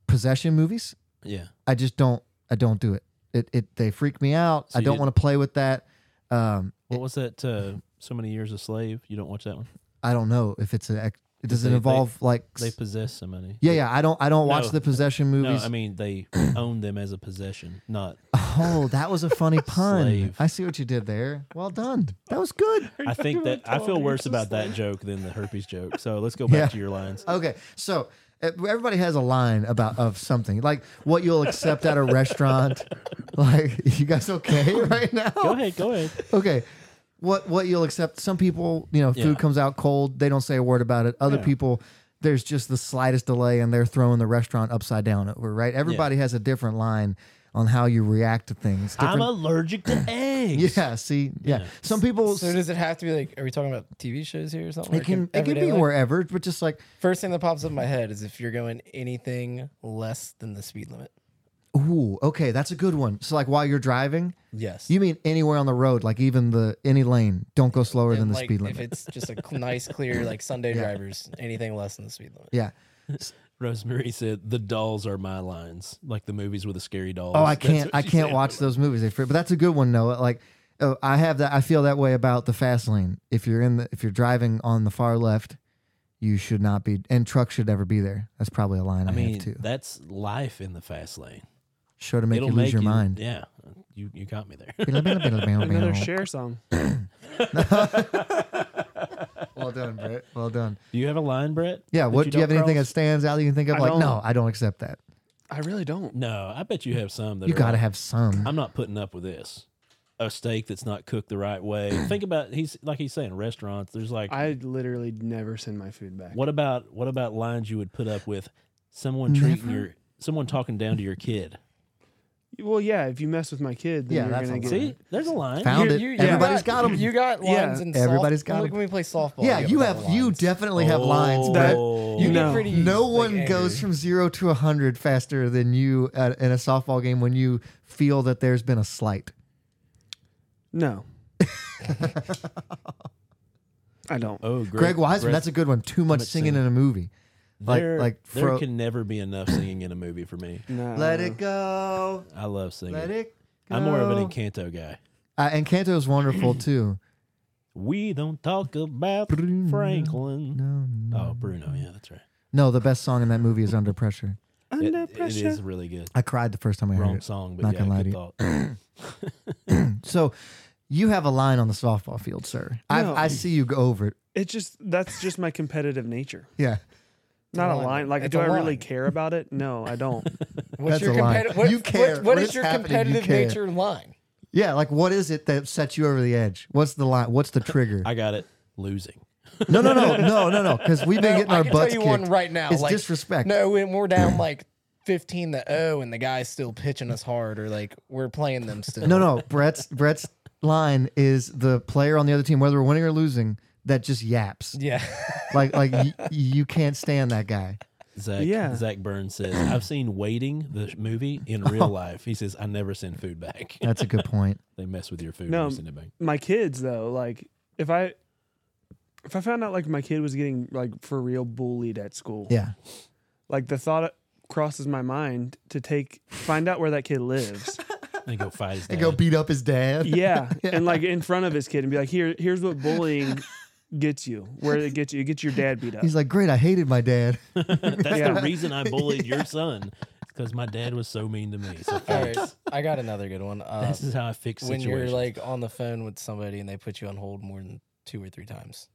Speaker 2: possession movies.
Speaker 1: yeah.
Speaker 2: I just don't I don't do it. It it they freak me out.
Speaker 1: So
Speaker 2: I
Speaker 1: you
Speaker 2: don't
Speaker 1: did-
Speaker 2: want to play with that. Um
Speaker 1: What was that? Uh, so many years a slave. You don't watch that one.
Speaker 2: I don't know if it's a does
Speaker 1: They-
Speaker 2: it
Speaker 1: they-
Speaker 2: involve like
Speaker 1: They possess somebody.
Speaker 2: yeah, yeah. I don't. I don't watch
Speaker 1: No.
Speaker 2: the possession
Speaker 1: No,
Speaker 2: movies.
Speaker 1: I mean they own them as a possession, not.
Speaker 2: Oh, that was a funny pun.
Speaker 1: Slave.
Speaker 2: I see what you did there. Well done. That was good.
Speaker 1: I think that I feel worse about that joke than the herpes joke. So let's go back
Speaker 2: Yeah.
Speaker 1: to your lines.
Speaker 2: Okay, so eh, everybody has a line about of something like what you'll accept at a restaurant. Like, you guys okay right now?
Speaker 1: Go ahead. Go ahead.
Speaker 2: Okay. What what you'll accept? Some people, you know,
Speaker 1: Yeah.
Speaker 2: food comes out cold. They don't say a word about it. Other people, there's just the slightest delay, and they're throwing the restaurant upside down over. Right? Everybody has a different line on how you react to things.
Speaker 1: I'm
Speaker 2: Different-
Speaker 1: allergic to eggs.
Speaker 2: yeah. See. Yeah. Some people.
Speaker 6: So does it have to be like? Are we talking about TV shows here or something?
Speaker 2: it can it can be
Speaker 6: worse.
Speaker 2: wherever, but just like
Speaker 6: First thing that pops up in my head is if you're going anything less than the speed limit.
Speaker 2: ooh, okay, that's a good one. So like while you're driving,
Speaker 6: Yes.
Speaker 2: You mean anywhere on the road, like even the any lane, don't go slower than the
Speaker 6: like,
Speaker 2: speed
Speaker 6: If
Speaker 2: limit.
Speaker 6: it's just a cl- nice, clear, like Sunday drivers, anything less than the speed limit.
Speaker 2: Yeah.
Speaker 1: Rosemary said the dolls are my lines, like the movies with the scary dolls.
Speaker 2: Oh, I
Speaker 1: That's
Speaker 2: can't
Speaker 1: what
Speaker 2: I
Speaker 1: she
Speaker 2: can't
Speaker 1: said.
Speaker 2: watch those movies. They fr- But that's a good one, Noah. Like oh, I have that I feel that way about the fast lane. If you're in the if you're driving on the far left, you should not be and trucks should never be there. That's probably a line I,
Speaker 1: I
Speaker 2: have
Speaker 1: mean,
Speaker 2: too.
Speaker 1: that's life in the fast lane.
Speaker 2: Sure to make you
Speaker 1: It'll
Speaker 2: lose
Speaker 1: make
Speaker 2: your mind.
Speaker 1: Yeah, you you got me there.
Speaker 3: Another
Speaker 2: well
Speaker 3: share song.
Speaker 2: done, Brett. Well done.
Speaker 1: Do you have a line, Brett?
Speaker 2: Yeah,
Speaker 1: that
Speaker 2: what do you have
Speaker 1: don't
Speaker 2: anything that
Speaker 1: cross?
Speaker 2: stands out that you can think of?
Speaker 3: I
Speaker 2: like,
Speaker 3: don't-
Speaker 2: no, I don't accept that.
Speaker 3: I really don't.
Speaker 1: No, I bet you have some. That
Speaker 2: You
Speaker 1: are
Speaker 2: gotta
Speaker 1: like,
Speaker 2: have some.
Speaker 1: I'm not putting up with this. A steak that's not cooked the right way. Think about he's like he's saying restaurants. There's like
Speaker 3: I literally never send my food back.
Speaker 1: what about what about lines you would put up with? Someone treating your someone talking down to your kid.
Speaker 3: Well, yeah, if you mess with my kid, then
Speaker 2: Yeah,
Speaker 3: you're
Speaker 2: that's
Speaker 3: gonna
Speaker 2: a
Speaker 3: get.
Speaker 1: See, there's a line.
Speaker 2: Found
Speaker 6: You-
Speaker 2: it.
Speaker 6: you- you
Speaker 2: Everybody's got them.
Speaker 6: You got
Speaker 3: Yeah.
Speaker 6: lines and
Speaker 2: Everybody's got 'em.
Speaker 6: When we play softball,
Speaker 2: Yeah, you
Speaker 6: a
Speaker 2: have
Speaker 6: lot of
Speaker 2: you
Speaker 6: lines.
Speaker 2: definitely have lines.
Speaker 1: Oh,
Speaker 2: But
Speaker 6: You get
Speaker 3: No.
Speaker 6: pretty,
Speaker 2: no
Speaker 6: like,
Speaker 2: one
Speaker 6: angry.
Speaker 2: goes from zero to a hundred faster than you at, in a softball game when you feel that there's been a slight.
Speaker 3: No. I don't.
Speaker 1: oh, Greg,
Speaker 2: Greg Wiseman,
Speaker 1: Greg,
Speaker 2: that's a good one. Too much
Speaker 1: much
Speaker 2: singing
Speaker 1: singing.
Speaker 2: in a movie. Like
Speaker 1: there,
Speaker 2: like
Speaker 1: there
Speaker 2: fro-
Speaker 3: Uh,
Speaker 1: can never be enough singing in a movie for me.
Speaker 3: No.
Speaker 2: let it go,
Speaker 1: I love singing.
Speaker 2: let it
Speaker 1: I'm more of an
Speaker 2: Encanto.
Speaker 1: Encanto guy.
Speaker 2: Uh, Encanto is wonderful too.
Speaker 1: We don't talk about
Speaker 2: Bruno.
Speaker 1: Franklin.
Speaker 2: No, no.
Speaker 1: Oh, Bruno. Yeah, that's right.
Speaker 2: No, the best song in that movie is Under Pressure.
Speaker 1: It-
Speaker 3: Under
Speaker 1: it
Speaker 3: pressure.
Speaker 1: is really good.
Speaker 2: I cried the first time I heard
Speaker 1: Wrong
Speaker 2: it.
Speaker 1: song, but
Speaker 2: Not
Speaker 1: yeah,
Speaker 2: gonna lie
Speaker 1: good
Speaker 2: to you.
Speaker 1: thought.
Speaker 2: So you have a line on the softball field, sir.
Speaker 3: No.
Speaker 2: I, I see you go over it.
Speaker 3: It's just that's just my competitive nature.
Speaker 2: Yeah.
Speaker 3: Not a
Speaker 6: line.
Speaker 3: line. Like,
Speaker 6: It's
Speaker 3: do
Speaker 6: a
Speaker 3: I really
Speaker 6: line.
Speaker 3: care about it? No, I don't.
Speaker 6: What's
Speaker 2: That's
Speaker 6: your
Speaker 2: a line.
Speaker 6: competitive? What,
Speaker 2: You
Speaker 6: what-
Speaker 2: care.
Speaker 6: what
Speaker 2: When
Speaker 6: is
Speaker 2: it's
Speaker 6: your
Speaker 2: happening, you
Speaker 6: competitive
Speaker 2: care.
Speaker 6: nature line?
Speaker 2: Yeah, like what is it that sets you over the edge? What's the line? What's the trigger?
Speaker 1: I got it. Losing.
Speaker 2: no, no, no, no, no, no. Because we've been
Speaker 6: No,
Speaker 2: getting
Speaker 6: I
Speaker 2: our
Speaker 6: can
Speaker 2: butts
Speaker 6: tell you
Speaker 2: kicked.
Speaker 6: one right now.
Speaker 2: it's
Speaker 6: like,
Speaker 2: disrespect.
Speaker 6: No, when we're down like fifteen to zero, and the guy's still pitching us hard, or like we're playing them still.
Speaker 2: No, no. Brett's Brett's line is the player on the other team, whether we're winning or losing, that just yaps.
Speaker 6: Yeah.
Speaker 2: Like like y- you can't stand that guy.
Speaker 1: Zach,
Speaker 3: Yeah.
Speaker 1: Zach Burns says, I've seen Waiting, the sh- movie, in real life. He says, I never send food back.
Speaker 2: That's a good point.
Speaker 1: they mess with your food
Speaker 3: No.
Speaker 1: when you send it back.
Speaker 3: my kids though, like if I if I found out like my kid was getting like for real bullied at school,
Speaker 2: Yeah.
Speaker 3: like the thought crosses my mind to take find out where that kid lives.
Speaker 1: They go fight his
Speaker 2: And go
Speaker 1: dad.
Speaker 2: beat up his dad.
Speaker 3: yeah. And like in front of his kid and be like, "Here here's what bullying gets you. Where it gets you, it gets your dad beat up."
Speaker 2: He's like, great. I hated my dad.
Speaker 1: That's the
Speaker 3: Yeah.
Speaker 1: reason I bullied your son. because my dad was so mean to me. So
Speaker 6: All
Speaker 1: thanks.
Speaker 6: right, I got another good one. Um,
Speaker 1: This is how I fix
Speaker 6: when
Speaker 1: situations.
Speaker 6: you're like on the phone with somebody and they put you on hold more than two or three times.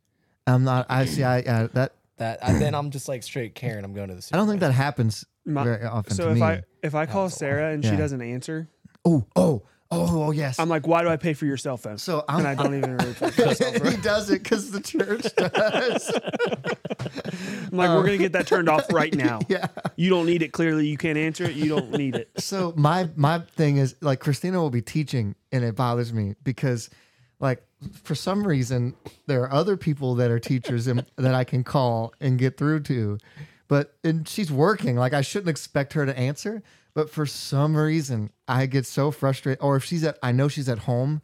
Speaker 2: I'm not. I see. I, I that.
Speaker 6: That I, then I'm just like straight Karen. I'm going to the.
Speaker 2: I don't think that happens
Speaker 3: My-
Speaker 2: very often
Speaker 3: so
Speaker 2: to
Speaker 3: if
Speaker 2: me.
Speaker 3: I if I call Sarah and
Speaker 2: Yeah.
Speaker 3: she doesn't answer,
Speaker 2: oh, oh, oh, oh, yes.
Speaker 3: I'm like, "Why do I pay for your cell phone?"
Speaker 2: so
Speaker 3: and I
Speaker 2: I'm.
Speaker 3: don't even really pay for my cell
Speaker 2: he
Speaker 3: phone.
Speaker 2: does it because the church does.
Speaker 3: I'm like, "We're gonna get that turned off right now.
Speaker 2: Oh. yeah.
Speaker 3: You don't need it. Clearly, you can't answer it. You don't need it."
Speaker 2: so my my thing is like Christina will be teaching and it bothers me because like for some reason there are other people that are teachers and, that I can call and get through to but and she's working like I shouldn't expect her to answer but for some reason I get so frustrated or if she's at I know she's at home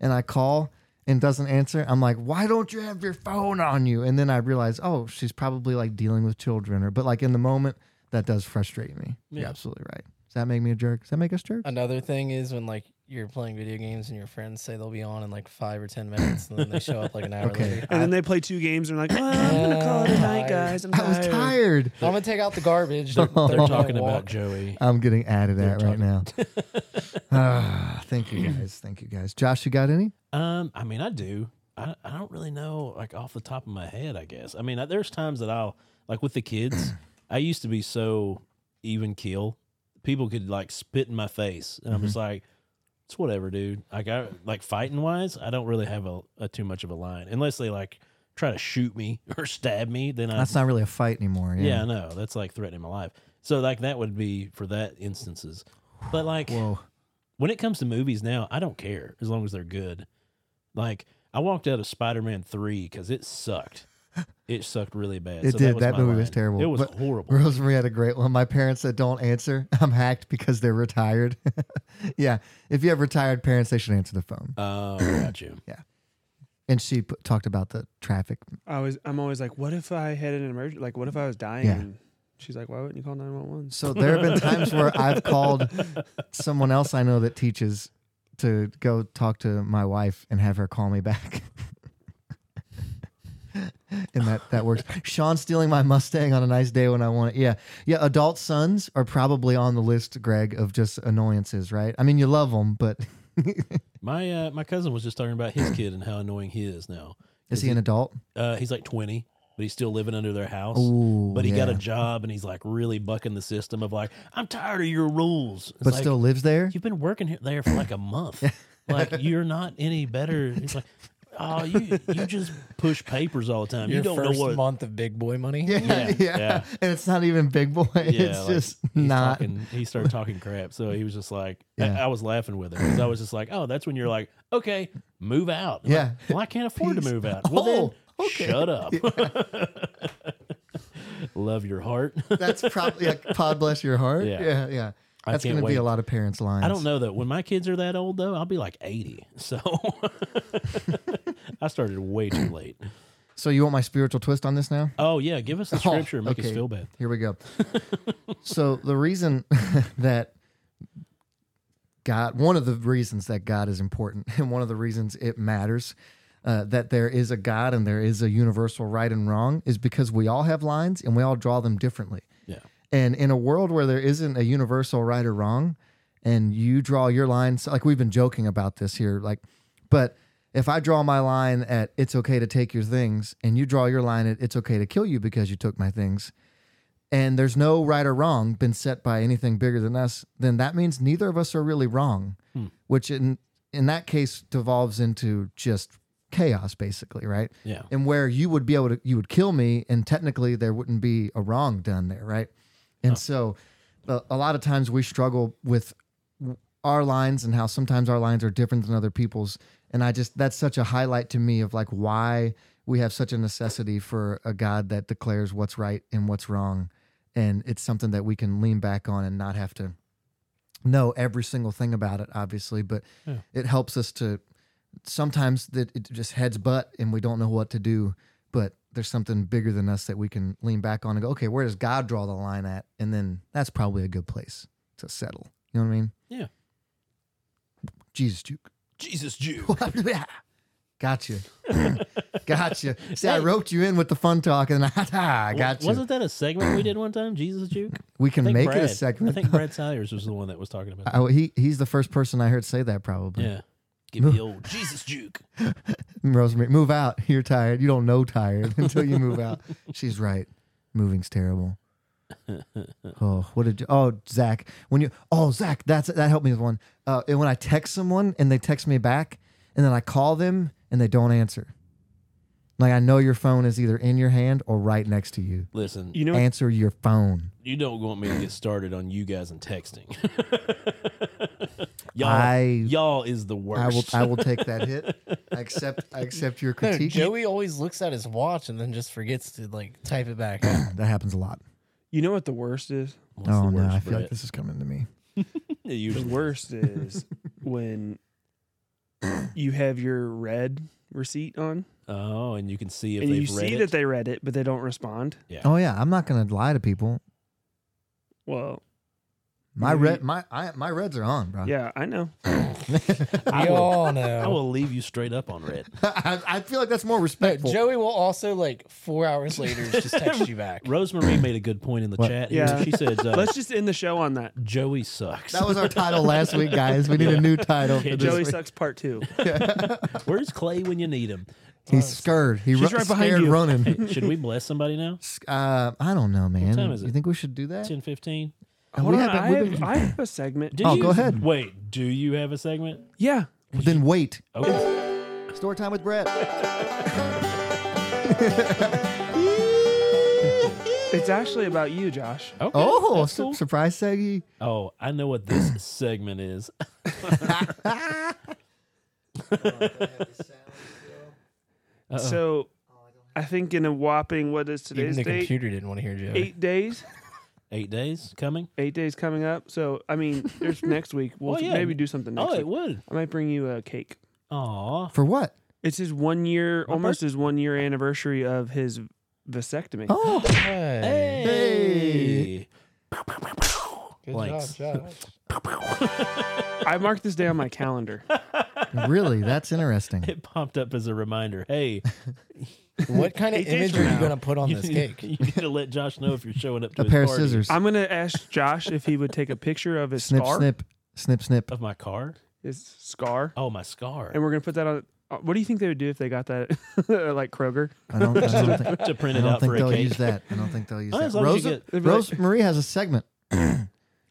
Speaker 2: and I call and doesn't answer I'm like why don't you have your phone on you and then I realize oh she's probably like dealing with children or but like in the moment that does frustrate me you're
Speaker 1: Yeah.
Speaker 2: absolutely right does that make me a jerk? Does that make us jerks?
Speaker 6: Another thing is when like you're playing video games and your friends say they'll be on in like five or ten minutes and then they show up like an hour
Speaker 2: Okay.
Speaker 6: later.
Speaker 3: And then they play two games and they're like, well, I'm gonna call it a night,
Speaker 6: Tired.
Speaker 3: guys. I'm
Speaker 2: I
Speaker 3: tired.
Speaker 2: was tired.
Speaker 6: I'm gonna take out the garbage.
Speaker 1: they're,
Speaker 6: They're
Speaker 1: they're
Speaker 6: gonna
Speaker 1: talking about
Speaker 6: walk.
Speaker 1: Joey.
Speaker 2: I'm getting added at
Speaker 1: They're
Speaker 2: right now. Ah, thank you guys. Thank you guys. Josh, you got any?
Speaker 1: Um, I mean, I do. I, I don't really know, like off the top of my head. I guess. I mean, I, there's times that I'll like with the kids. I used to be so even keel. People could like spit in my face, and I'm just like, it's whatever, dude. Like I like fighting wise, I don't really have a, a too much of a line unless they like try to shoot me or stab me. Then
Speaker 3: Uh,
Speaker 1: I
Speaker 2: That's not really a fight anymore.
Speaker 1: yeah, I
Speaker 2: Yeah.
Speaker 1: know that's like threatening my life. So like that would be for that instances. But like
Speaker 2: Whoa.
Speaker 1: when it comes to movies now, I don't care as long as they're good. Like I walked out of Spider Man three because it sucked. It sucked really bad.
Speaker 2: It
Speaker 1: so
Speaker 2: did.
Speaker 1: was
Speaker 2: That
Speaker 1: my
Speaker 2: movie was
Speaker 1: line.
Speaker 2: terrible.
Speaker 1: It was
Speaker 2: But-
Speaker 1: horrible.
Speaker 2: Rosemary had a great one. My parents that don't answer, I'm hacked because they're retired. yeah. If you have retired parents, they should answer the phone.
Speaker 1: Oh, got you.
Speaker 2: And she p- talked about the traffic.
Speaker 3: I was, I'm always like, what if I had an emergency? Like, what if I was dying?
Speaker 2: Yeah.
Speaker 3: And she's like, why wouldn't you call 911?
Speaker 2: So there have been times where I've called someone else I know that teaches to go talk to my wife and have her call me back. and that that works. Sean stealing my Mustang on a nice day when I want it. Yeah. Yeah, adult sons are probably on the list, Greg, of just annoyances, right? I mean, you love them, but
Speaker 1: My uh, my cousin was just talking about his kid and how annoying he is now.
Speaker 2: is he an adult?
Speaker 1: Uh, he's like twenty, but he's still living under their house.
Speaker 2: Ooh,
Speaker 1: but he got a
Speaker 2: yeah.
Speaker 1: job and he's like really bucking the system of like I'm tired of your rules. It's
Speaker 2: but
Speaker 1: like,
Speaker 2: still lives there?
Speaker 1: you've been working here, there for like a month. like you're not any better. It's like, oh, you you just push papers all the time.
Speaker 6: Your
Speaker 1: you don't
Speaker 6: first
Speaker 1: know what.
Speaker 6: month of big boy money.
Speaker 2: Yeah, yeah,
Speaker 1: yeah.
Speaker 2: And it's not even big boy. it's
Speaker 1: like,
Speaker 2: just
Speaker 1: he's
Speaker 2: not.
Speaker 1: Talking, he started talking crap, so he was just like, I-
Speaker 2: Yeah.
Speaker 1: I, was laughing with him because I was just like, oh, that's when you're like, okay, move out. I'm like,
Speaker 2: Yeah.
Speaker 1: well, I can't afford
Speaker 2: Peace.
Speaker 1: to move out. Well, then,
Speaker 2: Oh, okay.
Speaker 1: shut up. Love your heart.
Speaker 2: That's probably like, God bless your heart.
Speaker 1: Yeah.
Speaker 2: yeah. yeah.
Speaker 1: I
Speaker 2: That's
Speaker 1: can't
Speaker 2: going to be
Speaker 1: wait.
Speaker 2: a lot of parents' lines.
Speaker 1: I don't know though. When my kids are that old though, I'll be like 80. So I started way too late.
Speaker 2: So you want my spiritual twist on this now?
Speaker 1: Oh yeah, give us the scripture and make us
Speaker 2: okay.
Speaker 1: feel bad.
Speaker 2: Here we go. so the reason that God, one of the reasons that God is important and one of the reasons it matters uh, that there is a God and there is a universal right and wrong is because we all have lines and we all draw them differently.
Speaker 1: Yeah.
Speaker 2: And in a world where there isn't a universal right or wrong, and you draw your lines, like we've been joking about this here, like, but if I draw my line at it's okay to take your things and you draw your line at it's okay to kill you because you took my things, and there's no right or wrong been set by anything bigger than us, then that means neither of us are really wrong, which in in that case devolves into just chaos, basically, right?
Speaker 1: Yeah.
Speaker 2: And where you would be able to, you would kill me, and technically there wouldn't be a wrong done there, right? And so, a, a lot of times we struggle with w- our lines and how sometimes our lines are different than other people's. And I just that's such a highlight to me of like why we have such a necessity for a God that declares what's right and what's wrong and it's something that we can lean back on and not have to know every single thing about it obviously but it helps us to sometimes that it just heads butt and we don't know what to do but there's something bigger than us that we can lean back on and go okay where does god draw the line at and then that's probably a good place to settle you know what i mean
Speaker 1: Yeah.
Speaker 2: jesus duke
Speaker 7: Jesus Jew.
Speaker 2: gotcha gotcha see i roped you in with the fun talk and i got gotcha.
Speaker 1: Wasn't that a segment we did one time? Jesus Juke?
Speaker 2: we can make it a
Speaker 1: second. I
Speaker 2: segment
Speaker 1: think Brad Sires was the one that was talking about that.
Speaker 2: I, he he's the first person I heard say that probably.
Speaker 1: Yeah.
Speaker 7: Give me the old Jesus Juke.
Speaker 2: Rosemary, move out. You're tired. You don't know tired until you move out. She's right. Moving's terrible. Oh, what did you? Oh, Zach, when you oh Zach, that's that helped me with one. Uh, and when I text someone and they text me back, and then I call them and they don't answer. Like I know your phone is either in your hand or right next to you.
Speaker 1: Listen,
Speaker 3: You know,
Speaker 2: Answer your phone.
Speaker 1: you don't want me to get started on you guys and texting. y'all,
Speaker 2: I-
Speaker 1: y'all is the
Speaker 2: I will.
Speaker 1: worst.
Speaker 2: I will take that hit. I accept. I accept your
Speaker 6: No,
Speaker 2: critique.
Speaker 6: Joey always looks at his watch and then just forgets to like type it back. out.
Speaker 2: That happens a lot.
Speaker 3: you know what the worst is?
Speaker 1: What's
Speaker 2: oh
Speaker 1: the
Speaker 2: no,
Speaker 1: worst,
Speaker 2: I feel like
Speaker 1: Brett?
Speaker 2: this is coming to me.
Speaker 1: It
Speaker 3: The
Speaker 1: usually
Speaker 3: worst is when you have your red receipt on
Speaker 1: Oh, and you can see if
Speaker 3: and
Speaker 1: they've
Speaker 3: you
Speaker 1: read
Speaker 3: see
Speaker 1: it.
Speaker 3: that they read it, but they don't respond.
Speaker 2: Oh yeah, I'm not gonna lie to people.
Speaker 3: Well,
Speaker 2: My
Speaker 3: Maybe-
Speaker 2: red, my I, my reds are on, bro.
Speaker 3: yeah, I know.
Speaker 1: I
Speaker 6: We
Speaker 1: will-
Speaker 6: all
Speaker 1: I
Speaker 6: know.
Speaker 1: will leave you straight up on red.
Speaker 2: I, I feel like that's more
Speaker 6: But
Speaker 2: respectful.
Speaker 6: Joey will also like four hours later just text you back.
Speaker 1: Rosemary made a good point in the
Speaker 2: What?
Speaker 1: chat. Here.
Speaker 3: Yeah.
Speaker 1: She said, uh,
Speaker 3: Let's just end the show on that.
Speaker 1: Joey sucks.
Speaker 2: that was our title last week, guys. We need a new title. For this
Speaker 3: Joey
Speaker 2: week.
Speaker 3: sucks part two.
Speaker 1: Where's Clay when you need him?
Speaker 2: He's scared. He ru-
Speaker 3: She's right behind
Speaker 2: scared
Speaker 3: you.
Speaker 2: running.
Speaker 1: Hey, should we bless somebody now?
Speaker 2: S- Uh, I don't know, man.
Speaker 1: time is
Speaker 2: you
Speaker 1: it?
Speaker 2: think we should do that?
Speaker 1: Ten fifteen.
Speaker 3: Hold
Speaker 2: we
Speaker 3: on,
Speaker 2: haven't-
Speaker 3: I
Speaker 2: we've
Speaker 3: have, I have a segment.
Speaker 1: Did
Speaker 2: Oh,
Speaker 1: you-
Speaker 2: go ahead.
Speaker 1: Wait, do you have a segment?
Speaker 3: Yeah.
Speaker 2: Then wait.
Speaker 1: Oh,
Speaker 2: Story time with Brett.
Speaker 3: It's actually about you, Josh.
Speaker 1: okay.
Speaker 2: Oh,
Speaker 1: that's
Speaker 2: su-
Speaker 1: cool.
Speaker 2: surprise, Seggy.
Speaker 1: Oh, I know what this segment is.
Speaker 2: Oh,
Speaker 3: So I think in a whopping, what is
Speaker 6: Even
Speaker 3: today's
Speaker 6: the
Speaker 3: date?
Speaker 6: computer didn't want to hear Joey.
Speaker 3: Eight days?
Speaker 1: Eight days coming.
Speaker 3: Eight days coming up. So, I mean, there's next week. We'll
Speaker 1: Well, yeah.
Speaker 3: maybe do something next
Speaker 1: Oh, it
Speaker 3: week.
Speaker 1: would.
Speaker 3: I might bring you a cake.
Speaker 1: Aw,
Speaker 2: For what?
Speaker 3: It's his one year,
Speaker 1: My
Speaker 3: almost his one year anniversary of his vasectomy.
Speaker 2: Oh,
Speaker 6: Hey,
Speaker 1: hey.
Speaker 6: good
Speaker 1: Blanks.
Speaker 6: job, Josh.
Speaker 3: I marked this day on my calendar.
Speaker 2: really? That's interesting.
Speaker 1: It popped up as a reminder. Hey,
Speaker 6: What kind of
Speaker 3: Eight days
Speaker 6: image
Speaker 3: from
Speaker 6: are you
Speaker 3: now.
Speaker 6: going to put on
Speaker 1: you,
Speaker 6: this
Speaker 1: need,
Speaker 6: cake?
Speaker 1: you need to let Josh know if you're showing up to
Speaker 2: A
Speaker 1: his
Speaker 2: pair of
Speaker 1: party.
Speaker 2: scissors.
Speaker 3: I'm gonna ask Josh if he would take a picture of his
Speaker 2: Snip,
Speaker 3: scar,
Speaker 2: snip, snip, snip.
Speaker 1: of my car.
Speaker 3: his scar,
Speaker 1: Oh, my scar.
Speaker 3: and we're gonna put that on. uh, What do you think they would do if they got that, at, like Kroger?
Speaker 2: I don't, I don't think.
Speaker 1: to print
Speaker 2: I
Speaker 1: it
Speaker 2: don't
Speaker 1: out
Speaker 2: think
Speaker 1: for
Speaker 2: they'll
Speaker 1: a cake.
Speaker 2: use that. I don't think they'll use
Speaker 1: Oh,
Speaker 2: that.
Speaker 1: as long as
Speaker 2: Rose,
Speaker 1: you
Speaker 3: get-
Speaker 2: Rose Marie has a segment.
Speaker 1: Uh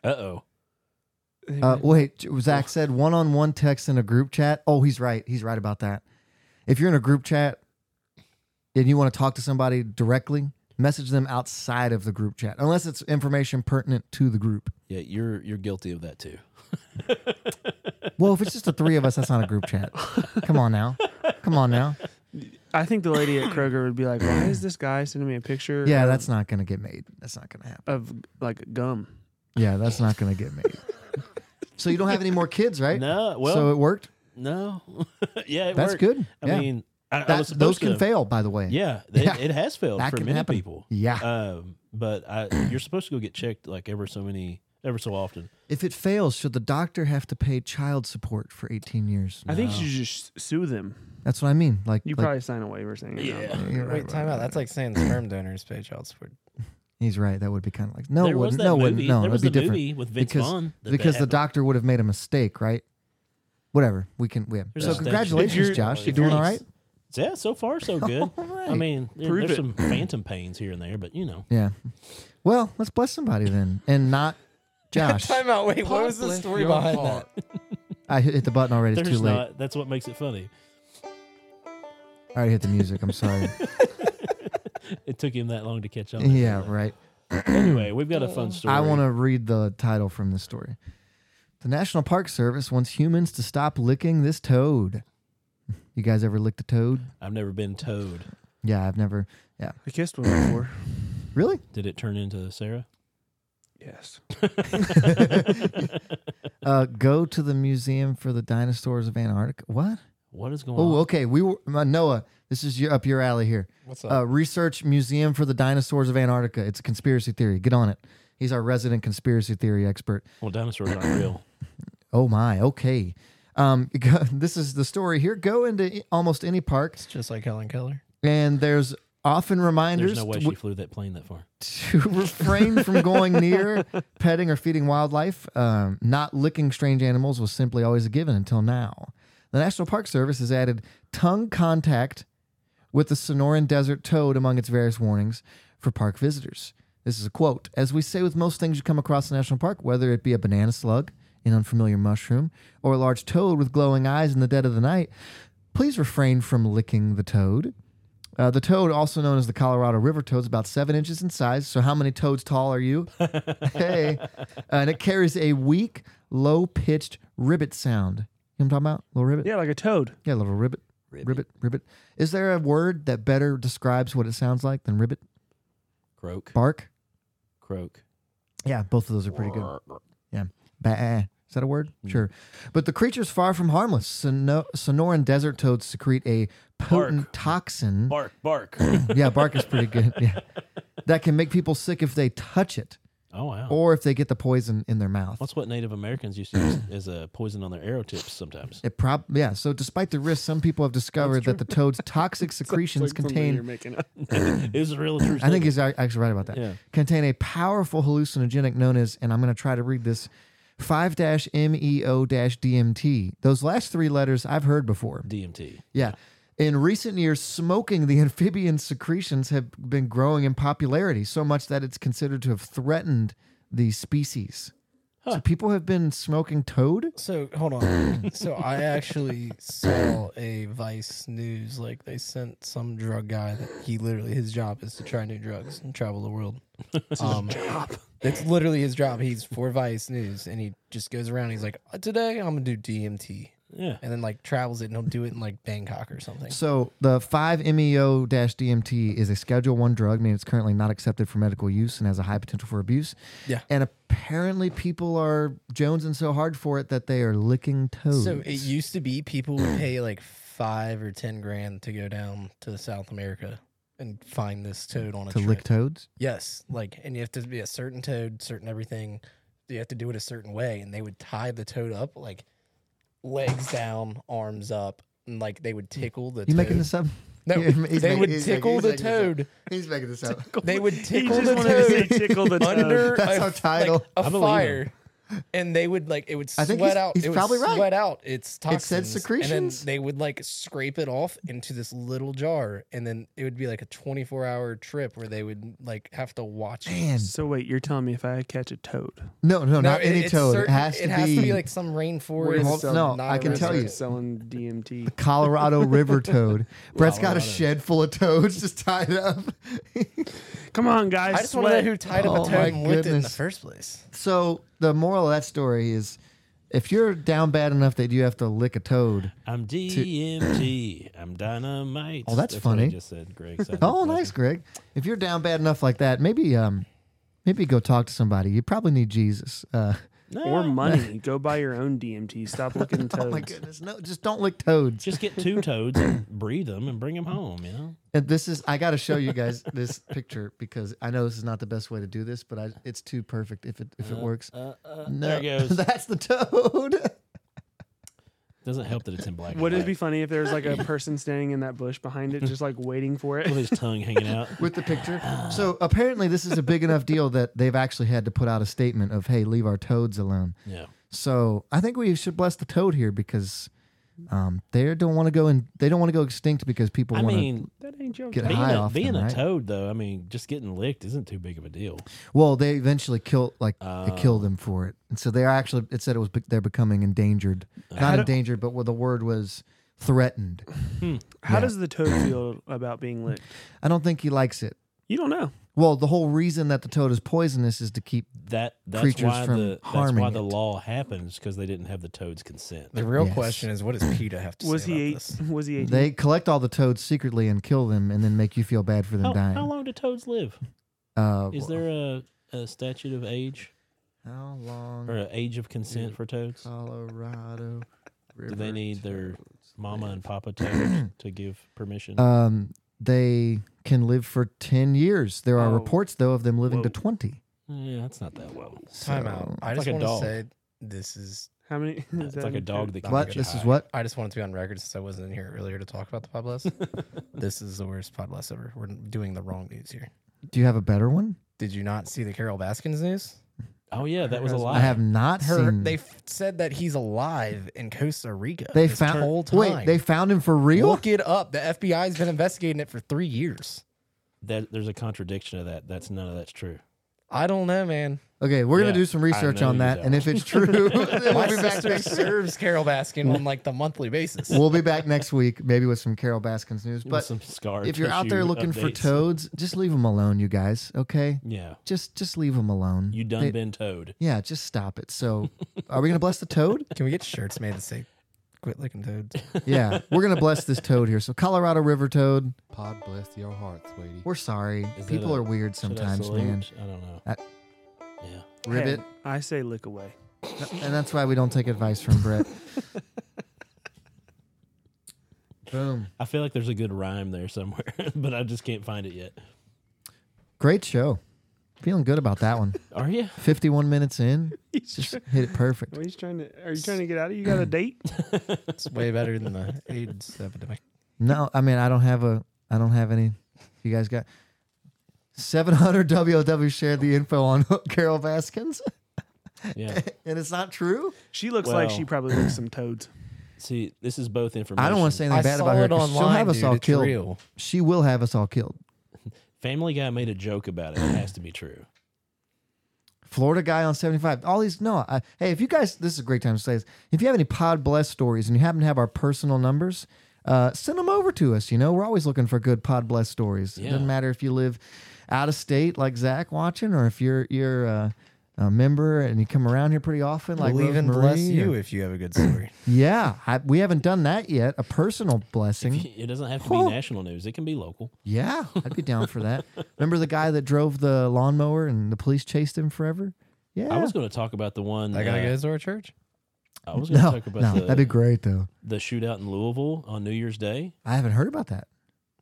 Speaker 1: oh.
Speaker 2: Uh, wait, Zach said one-on-one text in a group chat. Oh, he's right. He's right about that. If you're in a group chat and you want to talk to somebody directly, message them outside of the group chat, unless it's information pertinent to the group.
Speaker 1: Yeah, you're you're guilty of that too.
Speaker 2: Well, if it's just the three of us, that's not a group chat. Come on now. Come on now.
Speaker 3: I think the lady at Kroger would be like, "Why is this guy sending me a picture?"
Speaker 2: Yeah,
Speaker 3: of,
Speaker 2: that's not going to get made. That's not going to happen.
Speaker 3: of like gum.
Speaker 2: Yeah, that's not going to get made. So you don't have any more kids, right?
Speaker 1: No, well,
Speaker 2: so it worked.
Speaker 1: no. yeah, it
Speaker 2: That's
Speaker 1: worked.
Speaker 2: good.
Speaker 1: I
Speaker 2: yeah.
Speaker 1: mean, I, I
Speaker 2: That,
Speaker 1: was
Speaker 2: those
Speaker 1: supposed
Speaker 2: can
Speaker 1: to,
Speaker 2: fail, by the way.
Speaker 1: Yeah, it,
Speaker 2: Yeah.
Speaker 1: it has failed
Speaker 2: That
Speaker 1: for
Speaker 2: can
Speaker 1: many
Speaker 2: happen.
Speaker 1: people.
Speaker 2: Yeah.
Speaker 1: Um, but I, you're supposed to go get checked like every so many ever so often.
Speaker 2: If it fails, should the doctor have to pay child support for 18 years?
Speaker 3: I think you should just sue them.
Speaker 2: That's what I mean. Like,
Speaker 3: You
Speaker 2: like-
Speaker 3: probably sign a waiver saying, yeah.
Speaker 2: you're right,
Speaker 6: Wait, time
Speaker 2: right,
Speaker 6: out. That's
Speaker 2: right.
Speaker 6: like saying sperm donors pay child support.
Speaker 2: he's right. That would be kind of like no, it
Speaker 1: there was
Speaker 2: wouldn't.
Speaker 1: that
Speaker 2: No, it
Speaker 1: movie.
Speaker 2: wouldn't. No,
Speaker 1: there
Speaker 2: it'd
Speaker 1: was
Speaker 2: be
Speaker 1: the
Speaker 2: different
Speaker 1: movie with Vince
Speaker 2: because
Speaker 1: Vaughn that they
Speaker 2: because the
Speaker 1: had-
Speaker 2: doctor would have made a mistake, right? Whatever. We can. We have.
Speaker 1: There's
Speaker 2: So
Speaker 1: a statue.
Speaker 2: congratulations,
Speaker 3: If you're-
Speaker 2: Josh. You
Speaker 1: if
Speaker 2: doing
Speaker 1: you're-
Speaker 2: all right?
Speaker 1: Yeah, so far so good. I mean, there-
Speaker 3: Prove
Speaker 1: there's
Speaker 3: it.
Speaker 1: some phantom pains here and there, but you know,
Speaker 2: Yeah. Well, let's bless somebody then, and not Josh.
Speaker 6: Time out. Wait, what was the
Speaker 7: Bless
Speaker 6: story
Speaker 7: your
Speaker 6: behind
Speaker 7: heart.
Speaker 2: I hit hit the button already. It's
Speaker 1: there's
Speaker 2: too late.
Speaker 1: not. That's what makes it funny.
Speaker 2: I already hit the music. I'm sorry.
Speaker 1: It took him that long to catch on.
Speaker 2: yeah. Right.
Speaker 1: Anyway, we've got a fun story.
Speaker 2: I want to read the title from this story. The National Park Service wants humans to stop licking this toad. You guys ever licked a toad?
Speaker 1: I've never been toad.
Speaker 2: Yeah, I've never. Yeah,
Speaker 3: I kissed one before.
Speaker 2: really?
Speaker 1: Did it turn into Sarah?
Speaker 3: yes.
Speaker 2: Uh, go to the museum for the dinosaurs of Antarctica. What?
Speaker 1: What is going
Speaker 2: Oh,
Speaker 1: on?
Speaker 2: okay. We were uh, Noah. This is your, up your alley here.
Speaker 6: What's up?
Speaker 2: Uh, research Museum for the Dinosaurs of Antarctica. It's a conspiracy theory. Get on it. He's our resident conspiracy theory expert.
Speaker 1: Well, dinosaurs aren't real.
Speaker 2: Oh my. Okay. Um, this is the story here. Go into i- almost any park
Speaker 6: it's just like Helen Keller.
Speaker 2: and there's often
Speaker 1: There's
Speaker 2: reminders
Speaker 1: no way
Speaker 2: to,
Speaker 1: she flew that plane that far.
Speaker 2: to refrain from going near, petting, or feeding wildlife. Um, not licking strange animals was simply always a given until now. The National Park Service has added tongue contact with the Sonoran Desert toad among its various warnings for park visitors. This is a quote. As we say with most things you come across in the national park, whether it be a banana slug, an unfamiliar mushroom, or a large toad with glowing eyes in the dead of the night, please refrain from licking the toad. Uh, the toad, also known as the Colorado River toad, is about seven inches in size. So, how many toads tall are you? hey. uh, and it carries a weak, low pitched ribbit sound. You know what I'm talking about? Little ribbit?
Speaker 3: Yeah, like a toad.
Speaker 2: Yeah, a little ribbit. Ribbit. ribbit. Is there a word that better describes what it sounds like than ribbit?
Speaker 1: Croak,
Speaker 2: Bark?
Speaker 1: croak.
Speaker 2: Yeah, both of those are pretty good. Yeah. Ba. Is that a word?
Speaker 1: Mm.
Speaker 2: Sure. But the creature's far from harmless. Sono- Sonoran desert toads secrete a potent toxin.
Speaker 1: Bark, bark.
Speaker 2: Yeah, bark is pretty good. Yeah. That can make people sick if they touch it
Speaker 1: oh wow.
Speaker 2: or if they get the poison in their mouth.
Speaker 1: That's what Native Americans used to use as a poison on their arrow tips sometimes.
Speaker 2: It prob yeah. So despite the risk, some people have discovered that the toad's toxic secretions contain
Speaker 3: making up.
Speaker 1: it was a real true.
Speaker 2: I think he's ac- actually right about that.
Speaker 1: Yeah.
Speaker 2: Contain a powerful hallucinogenic known as, and I'm going to try to read this, 5 MEO DMT. Those last three letters I've heard before.
Speaker 1: DMT.
Speaker 2: Yeah. In recent years, smoking the amphibian secretions have been growing in popularity so much that it's considered to have threatened the species. So people have been smoking toad?
Speaker 6: So hold on. so I actually saw a Vice News like they sent some drug guy that he literally his job is to try new drugs and travel the world. Um, It's literally his job. He's for Vice News and he just goes around. He's like, "Uh, today I'm gonna do DMT
Speaker 1: Yeah.
Speaker 6: and then like travels it and he'll do it in like Bangkok or something.
Speaker 2: So the E 5-MeO-DMT is a Schedule One drug, meaning it's currently not accepted for medical use and has a high potential for abuse.
Speaker 6: Yeah.
Speaker 2: And apparently, people are jonesing so hard for it that they are licking toads.
Speaker 6: So it used to be people would pay like five or ten grand to go down to South America and find this toad on a
Speaker 2: to
Speaker 6: trip.
Speaker 2: lick toads.
Speaker 6: Yes, like, and you have to be a certain toad, certain everything. You have to do it a certain way, and they would tie the toad up, like legs down, arms up, and like they would tickle the.
Speaker 2: You
Speaker 6: toad.
Speaker 2: making this up?
Speaker 6: No,
Speaker 2: Yeah, he's
Speaker 6: they
Speaker 2: making-
Speaker 6: would
Speaker 2: he's
Speaker 6: tickle
Speaker 2: making-
Speaker 6: the
Speaker 2: he's making this up.
Speaker 6: toad.
Speaker 2: He's making this up.
Speaker 6: They would tickle
Speaker 3: just
Speaker 6: the
Speaker 3: wanted to say
Speaker 6: toad
Speaker 3: tickle the toad.
Speaker 6: under
Speaker 2: That's
Speaker 6: a,
Speaker 2: our title.
Speaker 6: like,
Speaker 1: I
Speaker 6: a
Speaker 1: believe him.
Speaker 6: fire, and they would like it would
Speaker 2: I
Speaker 6: sweat
Speaker 2: think he's-
Speaker 6: out.
Speaker 2: he's
Speaker 6: it would
Speaker 2: probably right.
Speaker 6: sweat out its
Speaker 2: said
Speaker 6: toxins. and
Speaker 2: secretions.
Speaker 6: then they would like scrape it off into this little jar, and then it would be like a twenty-four hour trip where they would like have to watch. it.
Speaker 2: Man,
Speaker 3: So wait, you're telling me if I catch a toad,
Speaker 2: no, no, not
Speaker 6: it-
Speaker 2: any
Speaker 6: it's
Speaker 2: toad.
Speaker 6: certain-
Speaker 2: it has to
Speaker 6: it
Speaker 2: be.
Speaker 6: has to be like some rainforest.
Speaker 2: Hold- no, I can
Speaker 6: non-resident.
Speaker 2: tell you.
Speaker 3: selling DMT.
Speaker 2: Colorado River toad. Brett's got a
Speaker 1: Colorado.
Speaker 2: shed full of toads just tied up.
Speaker 3: Come on, guys.
Speaker 6: I just want to know who tied up
Speaker 2: Oh
Speaker 6: a
Speaker 2: my
Speaker 6: toad and licked it in the
Speaker 2: goodness.
Speaker 6: first place.
Speaker 2: so the moral of that story is if you're down bad enough that you have to lick a toad,
Speaker 1: I'm DMT. I'm dynamite.
Speaker 2: Oh, that's
Speaker 1: what I
Speaker 2: funny.
Speaker 1: just said, Greg. so I
Speaker 2: Oh,
Speaker 1: didn't-
Speaker 2: nice, Greg. If you're down bad enough like that, maybe um, maybe go talk to somebody. You probably need Jesus. Uh,
Speaker 3: or money. Go buy your own DMT. Stop looking toads.
Speaker 2: Oh my goodness! No, just don't lick toads.
Speaker 1: Just get two toads and breed them and bring them home, you know?
Speaker 2: And this is I got to show you guys this picture because I know this is not the best way to do this, but I, it's too perfect if it if it works. no,
Speaker 1: Uh, there it goes.
Speaker 2: that's the toad.
Speaker 1: Doesn't help that it's in black. and
Speaker 3: Would it be
Speaker 1: white.
Speaker 3: funny if there was like a person standing in that bush behind it, just like waiting for it?
Speaker 1: with his tongue hanging out?
Speaker 2: with the picture. So apparently, this is a big enough deal that they've actually had to put out a statement of, "Hey, leave our toads alone."
Speaker 1: Yeah.
Speaker 2: So I think we should bless the toad here because um, they don't want to go and they don't want to go extinct because people
Speaker 1: I
Speaker 2: want
Speaker 1: mean,
Speaker 2: to
Speaker 3: That ain't your
Speaker 2: get
Speaker 1: being,
Speaker 2: high
Speaker 1: a,
Speaker 2: off
Speaker 1: being
Speaker 2: them,
Speaker 1: a
Speaker 2: right?
Speaker 1: toad, though, I mean, just getting licked isn't too big of a deal.
Speaker 2: Well, they eventually kill like
Speaker 1: Oh.
Speaker 2: they kill them for it, and so they're actually it said it was be- they're becoming endangered,
Speaker 1: Uh,
Speaker 2: not
Speaker 3: do-
Speaker 2: endangered, but well, the word was threatened.
Speaker 3: How
Speaker 2: Yeah.
Speaker 3: does the toad feel about being licked?
Speaker 2: I don't think he likes it.
Speaker 3: You don't know.
Speaker 2: Well, the whole reason that the toad is poisonous is to keep
Speaker 1: That that's
Speaker 2: Creatures
Speaker 1: why
Speaker 2: from
Speaker 1: the that's why
Speaker 2: harming
Speaker 1: the
Speaker 2: it.
Speaker 1: law happens because they didn't have the toad's consent.
Speaker 6: The real
Speaker 2: Yes.
Speaker 6: question is, what does PETA have to
Speaker 3: Was
Speaker 6: say
Speaker 3: he
Speaker 6: about
Speaker 3: eight?
Speaker 6: this?
Speaker 3: Was he eight?
Speaker 2: They collect all the toads secretly and kill them, and then make you feel bad for them
Speaker 1: How,
Speaker 2: dying.
Speaker 1: how long do toads live?
Speaker 2: Uh,
Speaker 1: Is there a, a statute of age
Speaker 2: how long?
Speaker 1: or an age of consent for toads?
Speaker 2: Uh, Colorado.
Speaker 1: Do they need their mama and papa toad to give permission?
Speaker 2: Um, they can live for ten years. There are
Speaker 3: Oh.
Speaker 2: reports though of them living to
Speaker 3: Whoa.
Speaker 2: twenty.
Speaker 1: yeah, that's not that long.
Speaker 6: Time
Speaker 2: So-
Speaker 6: out. I
Speaker 1: It's
Speaker 6: just
Speaker 1: like a
Speaker 6: want
Speaker 1: dog.
Speaker 6: to say this is.
Speaker 3: How many?
Speaker 1: It's like a dog that
Speaker 6: I'm
Speaker 2: What?
Speaker 6: gonna
Speaker 1: can
Speaker 2: This
Speaker 1: get
Speaker 2: is
Speaker 1: high.
Speaker 2: what?
Speaker 6: I just wanted to be on record since I wasn't in here earlier to talk about the pod bless. this is the worst pod bless ever. We're doing the wrong news here.
Speaker 2: Do you have a better one?
Speaker 6: Did you not see the Carol Baskins news?
Speaker 1: Oh yeah, that was a
Speaker 3: I
Speaker 1: lie.
Speaker 2: I have not
Speaker 6: Her,
Speaker 2: seen.
Speaker 6: they f- said that he's alive in Costa Rica.
Speaker 2: they
Speaker 6: this
Speaker 2: found.
Speaker 6: whole time.
Speaker 2: Wait, they found him for real?
Speaker 6: Look it up. The FBI's been investigating it for three years.
Speaker 1: That there's a contradiction to that. That's none of that's true.
Speaker 6: I don't know, man.
Speaker 2: Okay, we're
Speaker 1: Yeah,
Speaker 2: gonna do some
Speaker 1: I
Speaker 2: research
Speaker 1: know
Speaker 2: on
Speaker 1: you
Speaker 2: that,
Speaker 1: don't.
Speaker 2: and if it's true, then
Speaker 6: My
Speaker 2: we'll be back
Speaker 6: sister
Speaker 2: next.
Speaker 6: serves Carol Baskin on like the monthly basis.
Speaker 2: We'll be back next week, maybe with some Carol Baskins news.
Speaker 1: With
Speaker 2: But
Speaker 1: some scar
Speaker 2: if you're out there
Speaker 1: tissue
Speaker 2: looking for
Speaker 1: updates.
Speaker 2: toads, just leave them alone, you guys. Okay,
Speaker 1: yeah,
Speaker 2: just just leave them alone.
Speaker 1: you done
Speaker 2: They-
Speaker 1: been toad.
Speaker 2: Yeah, just stop it. So, are we gonna bless the toad?
Speaker 6: Can we get shirts made that say "Quit licking toads"?
Speaker 2: Yeah, we're gonna bless this toad here. So, Colorado River toad,
Speaker 8: Pod bless your heart, sweetie.
Speaker 2: we're sorry.
Speaker 1: Is that
Speaker 2: People
Speaker 1: a-
Speaker 2: are weird
Speaker 1: Should I
Speaker 2: sometimes, man.
Speaker 1: salute? I don't know.
Speaker 2: I-
Speaker 1: yeah,
Speaker 2: Ribbit,
Speaker 3: I say lick away.
Speaker 2: and that's why we don't take advice from Brett. Boom.
Speaker 1: I feel like there's a good rhyme there somewhere, but I just can't find it yet.
Speaker 2: Great show. Feeling good about that one.
Speaker 1: Are you?
Speaker 2: 51 minutes in,
Speaker 3: He's
Speaker 2: just
Speaker 3: try-
Speaker 2: hit it perfect.
Speaker 3: what he's trying to. Are you trying to get out of? You got a date?
Speaker 6: It's way better than the AIDS epidemic.
Speaker 2: No, I mean I don't have a I don't have any. You guys got 700 WOW shared the info on Carol Baskins,
Speaker 1: Yeah.
Speaker 2: and it's not true.
Speaker 3: She looks like she
Speaker 1: Well.
Speaker 3: probably licked some toads.
Speaker 1: See, this is both information.
Speaker 2: I don't want to say anything
Speaker 6: I
Speaker 2: bad
Speaker 6: saw
Speaker 2: about her.
Speaker 6: it
Speaker 2: 'cause she'll
Speaker 6: online,
Speaker 2: have us
Speaker 6: dude.
Speaker 2: all
Speaker 6: It's
Speaker 2: killed.
Speaker 6: real.
Speaker 2: She will have us all killed.
Speaker 1: Family Guy made a joke about it. It has to be true.
Speaker 2: Florida guy on 75. All these, no. I, hey, if you guys, this is a great time to say this. If you have any Pod Bless stories and you happen to have our personal numbers, uh, send them over to us. You know, we're always looking for good Pod Bless stories. It
Speaker 1: Yeah.
Speaker 2: doesn't matter if you live out of state like Zach watching or if you're, you're, uh, a member and you come around here pretty often like
Speaker 6: We'll even
Speaker 2: Rosemary
Speaker 6: bless
Speaker 2: or-
Speaker 6: you if you have a good story.
Speaker 2: yeah I, we haven't done that yet a personal blessing
Speaker 1: It doesn't have to
Speaker 2: Huh.
Speaker 1: be national news. It can be local.
Speaker 2: Yeah, I'd be down for that. Remember the guy that drove the lawnmower and the police chased him forever? Yeah.
Speaker 1: I was going to talk about the one.
Speaker 6: I gotta
Speaker 1: uh,
Speaker 6: go to our church.
Speaker 1: I was going to
Speaker 2: no,
Speaker 1: talk about
Speaker 2: no,
Speaker 1: the,
Speaker 2: that'd be great though.
Speaker 1: the shootout in Louisville on New Year's Day.
Speaker 2: I haven't heard about that.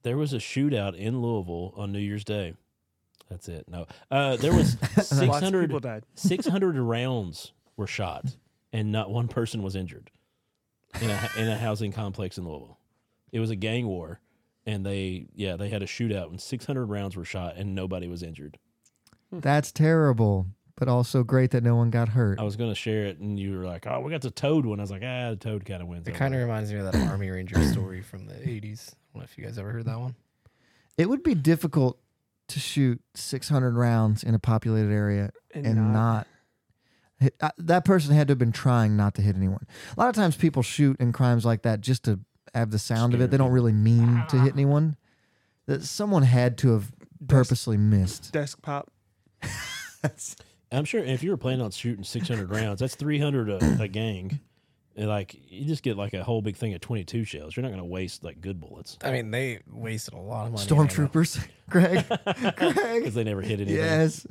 Speaker 1: There was a shootout in Louisville on New Year's Day. That's it. No, uh, there was
Speaker 3: Lots of people
Speaker 1: 600,
Speaker 3: died.
Speaker 1: 600 rounds were shot, and not one person was injured in a in a housing complex in Louisville. It was a gang war, and they yeah they had a shootout, and six hundred rounds were shot, and nobody was injured. Hmm.
Speaker 2: That's terrible, but also great that no one got hurt.
Speaker 1: I was gonna share it, and you were like, "Oh, we got the toad one." I was like, "Ah, the toad kind of wins."
Speaker 6: It
Speaker 1: over
Speaker 6: kind of
Speaker 1: it."
Speaker 6: reminds me of that Army Ranger story from the '80s. I don't know if you guys ever heard that one.
Speaker 2: It would be difficult to shoot 600 rounds in a populated area
Speaker 3: And,
Speaker 2: and not, hit, I, that person had to have been trying not to hit anyone. A lot of times people shoot in crimes like that just to have the sound of
Speaker 1: Scare
Speaker 2: it. They don't really mean to hit anyone. That someone had to have purposely missed.
Speaker 3: desk pop.
Speaker 1: I'm sure if you were planning on shooting 600 rounds, that's 300 a, a gang. And, like you just get like a whole big thing of 22 shells. You're not gonna waste like good bullets
Speaker 6: I mean, they wasted a lot of money. on that.
Speaker 2: Stormtroopers, Greg,
Speaker 1: because
Speaker 2: Greg.
Speaker 1: they never hit anything.
Speaker 2: Yes,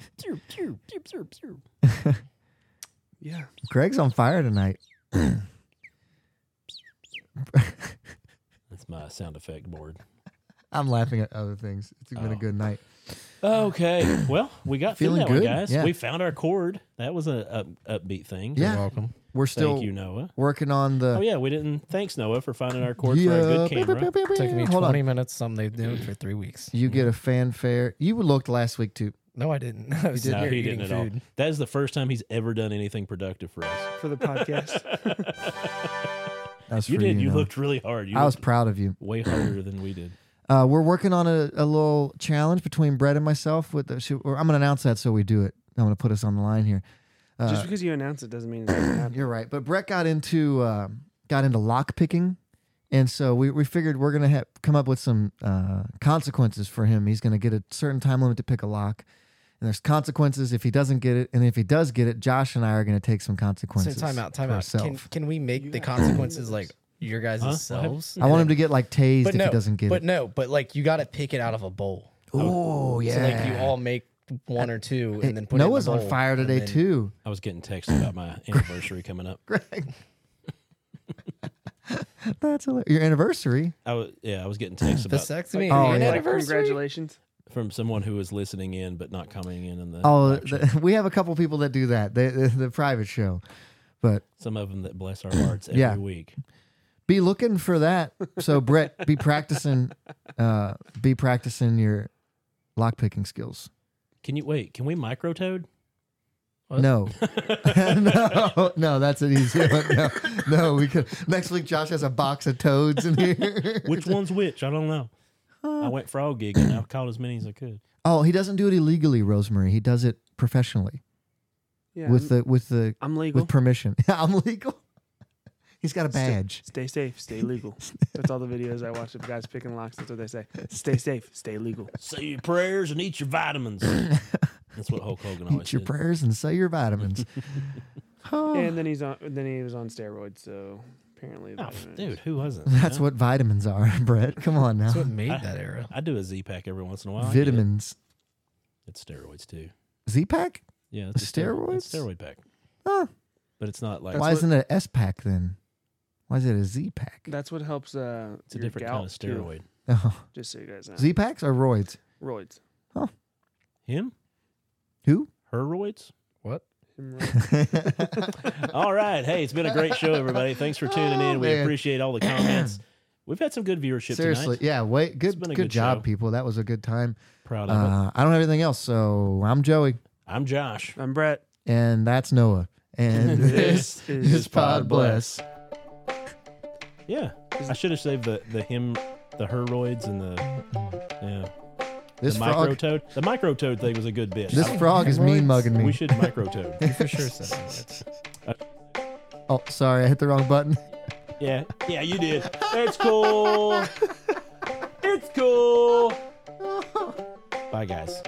Speaker 3: Yeah.
Speaker 2: Greg's on fire tonight.
Speaker 1: That's my sound effect board.
Speaker 2: I'm laughing at other things. It's been
Speaker 1: Oh.
Speaker 2: a good night.
Speaker 1: Okay. Well, we got through
Speaker 2: Feeling
Speaker 1: that one,
Speaker 2: good?
Speaker 1: guys.
Speaker 2: Yeah.
Speaker 1: We found our chord. That was a up, upbeat thing.
Speaker 2: Yeah.
Speaker 6: You're welcome.
Speaker 2: We're
Speaker 1: Thank
Speaker 2: still
Speaker 1: you, Noah.
Speaker 2: working on the.
Speaker 1: Oh yeah, we didn't. Thanks, Noah, for finding our chord for a good
Speaker 2: Yeah. Beep,
Speaker 1: camera.
Speaker 2: beep, beep, beep,
Speaker 6: Took me
Speaker 2: beep. Hold
Speaker 6: 20
Speaker 2: on.
Speaker 6: minutes. Some they do it for three weeks.
Speaker 2: You get a fanfare. You looked last week too.
Speaker 6: No, I didn't. I was
Speaker 1: No,
Speaker 6: sitting here
Speaker 1: he
Speaker 6: eating
Speaker 1: didn't at all.
Speaker 6: food.
Speaker 1: That is the first time he's ever done anything productive for us.
Speaker 3: For the podcast.
Speaker 2: That's
Speaker 1: You
Speaker 2: for
Speaker 1: did. You,
Speaker 2: Noah.
Speaker 1: looked really hard. You
Speaker 2: I was
Speaker 1: looked
Speaker 2: proud of you.
Speaker 1: way harder than we did.
Speaker 2: Uh, we're working on a, a little challenge between Brett and myself. With the, should, or I'm going to announce that so we do it. I'm going to put us on the line here. Uh,
Speaker 3: Just because you announce it doesn't mean it's gonna happen.
Speaker 2: You're right. But Brett got into uh, got into lock picking, and so we, we figured we're gonna ha- come up with some uh, consequences for him. He's gonna get a certain time limit to pick a lock, and there's consequences if he doesn't get it, and if he does get it, Josh and I are gonna take some
Speaker 6: So
Speaker 2: consequences.
Speaker 6: time out, time
Speaker 2: for
Speaker 6: out. Can,
Speaker 2: ourselves.
Speaker 6: can we make the consequences like your guys' selves?
Speaker 2: I want him to get like tased
Speaker 6: But
Speaker 2: if
Speaker 6: no,
Speaker 2: he doesn't get
Speaker 6: but
Speaker 2: it.
Speaker 6: no, but like you got to pick it out of a bowl.
Speaker 2: Oh yeah.
Speaker 6: So like you all make one or two and then put
Speaker 2: Noah's
Speaker 6: it in the
Speaker 2: on
Speaker 6: bowl,
Speaker 2: fire
Speaker 6: and
Speaker 2: today
Speaker 6: then-
Speaker 2: too.
Speaker 1: I was getting texts about my anniversary coming up.
Speaker 2: Greg. That's hilarious. your anniversary.
Speaker 1: I was yeah, I was getting texts
Speaker 6: The
Speaker 1: about
Speaker 6: sex me.
Speaker 2: Oh,
Speaker 6: Oh,
Speaker 2: yeah.
Speaker 3: Like, congratulations.
Speaker 1: from someone who was listening in but not coming in in the
Speaker 2: Oh,
Speaker 1: live chat.
Speaker 2: th- we have a couple people that do that. The, the, the private show, but
Speaker 1: some of them that bless our hearts every
Speaker 2: Yeah.
Speaker 1: week.
Speaker 2: be looking for that. So Brett, be practicing, uh, be practicing your lock picking skills.
Speaker 1: Can you wait? Can we microtoad?
Speaker 6: What?
Speaker 2: No, no, no, that's an easy one. No, no, we could. Next week, Josh has a box of toads in here.
Speaker 1: Which one's which? I don't know. I went frog gigging. I caught as many as I could.
Speaker 2: Oh, he doesn't do it illegally, Rosemary. He does it professionally
Speaker 3: Yeah.
Speaker 2: with
Speaker 3: I'm,
Speaker 2: the with the
Speaker 3: I'm legal.
Speaker 2: with permission. I'm legal. He's got a badge.
Speaker 3: Stay safe, stay legal. That's all the videos I watch of guys picking locks. That's what they say. Stay safe, stay legal.
Speaker 1: Say your prayers and eat your vitamins. That's what Hulk Hogan always
Speaker 2: Eat your
Speaker 1: did.
Speaker 2: prayers and say your vitamins. Oh,
Speaker 3: And then he's on. Then he was on steroids. So apparently,
Speaker 1: Oh,
Speaker 3: that was-
Speaker 1: dude, who wasn't?
Speaker 2: that's
Speaker 1: You know?
Speaker 2: what vitamins are, Brett. Come on now.
Speaker 6: That's what made
Speaker 1: I-
Speaker 6: that era.
Speaker 1: I do a Z pack every once in a while. I get it.
Speaker 2: Vitamins.
Speaker 1: It's steroids too.
Speaker 2: Z pack?
Speaker 1: Yeah, it's a steroid- it's a
Speaker 2: Steroids?
Speaker 1: steroid pack.
Speaker 2: Huh.
Speaker 1: But it's not like
Speaker 2: Why isn't it an S pack then? Why is it a Z pack?
Speaker 3: That's what helps. Uh,
Speaker 1: it's a
Speaker 3: your
Speaker 1: different
Speaker 3: gout
Speaker 1: kind of
Speaker 3: heal,
Speaker 1: steroid.
Speaker 2: Oh.
Speaker 3: Just so you guys know.
Speaker 2: Z packs or roids?
Speaker 3: Roids.
Speaker 1: Him?
Speaker 2: Who?
Speaker 1: Heroids?
Speaker 6: What?
Speaker 3: Hemorrhoids.
Speaker 1: All right. Hey, it's been a great show, everybody. Thanks for tuning
Speaker 2: Oh,
Speaker 1: in. We
Speaker 2: man.
Speaker 1: appreciate all the comments. We've had some good viewership
Speaker 2: Seriously,
Speaker 1: tonight.
Speaker 2: yeah. Wait, good,
Speaker 1: been a
Speaker 2: good,
Speaker 1: good
Speaker 2: job,
Speaker 1: show.
Speaker 2: people. That was a good time.
Speaker 1: Proud of it.
Speaker 2: Uh, I don't have anything else, so I'm Joey,
Speaker 1: I'm Josh.
Speaker 3: I'm Brett.
Speaker 2: and that's Noah, and this
Speaker 3: This is
Speaker 2: is Pod Bless.
Speaker 1: Yeah. I should have saved the, the him, the heroids, and the yeah.
Speaker 2: This
Speaker 1: the
Speaker 2: frog,
Speaker 1: microtoad. The microtoad thing was a good bit.
Speaker 2: this
Speaker 1: I-
Speaker 2: frog is mean mugging
Speaker 1: we
Speaker 2: me.
Speaker 1: should microtoad.
Speaker 6: You for sure said that.
Speaker 2: Oh, sorry, I hit the wrong button.
Speaker 1: Yeah. Yeah, you did. It's cool. It's cool. Bye, guys.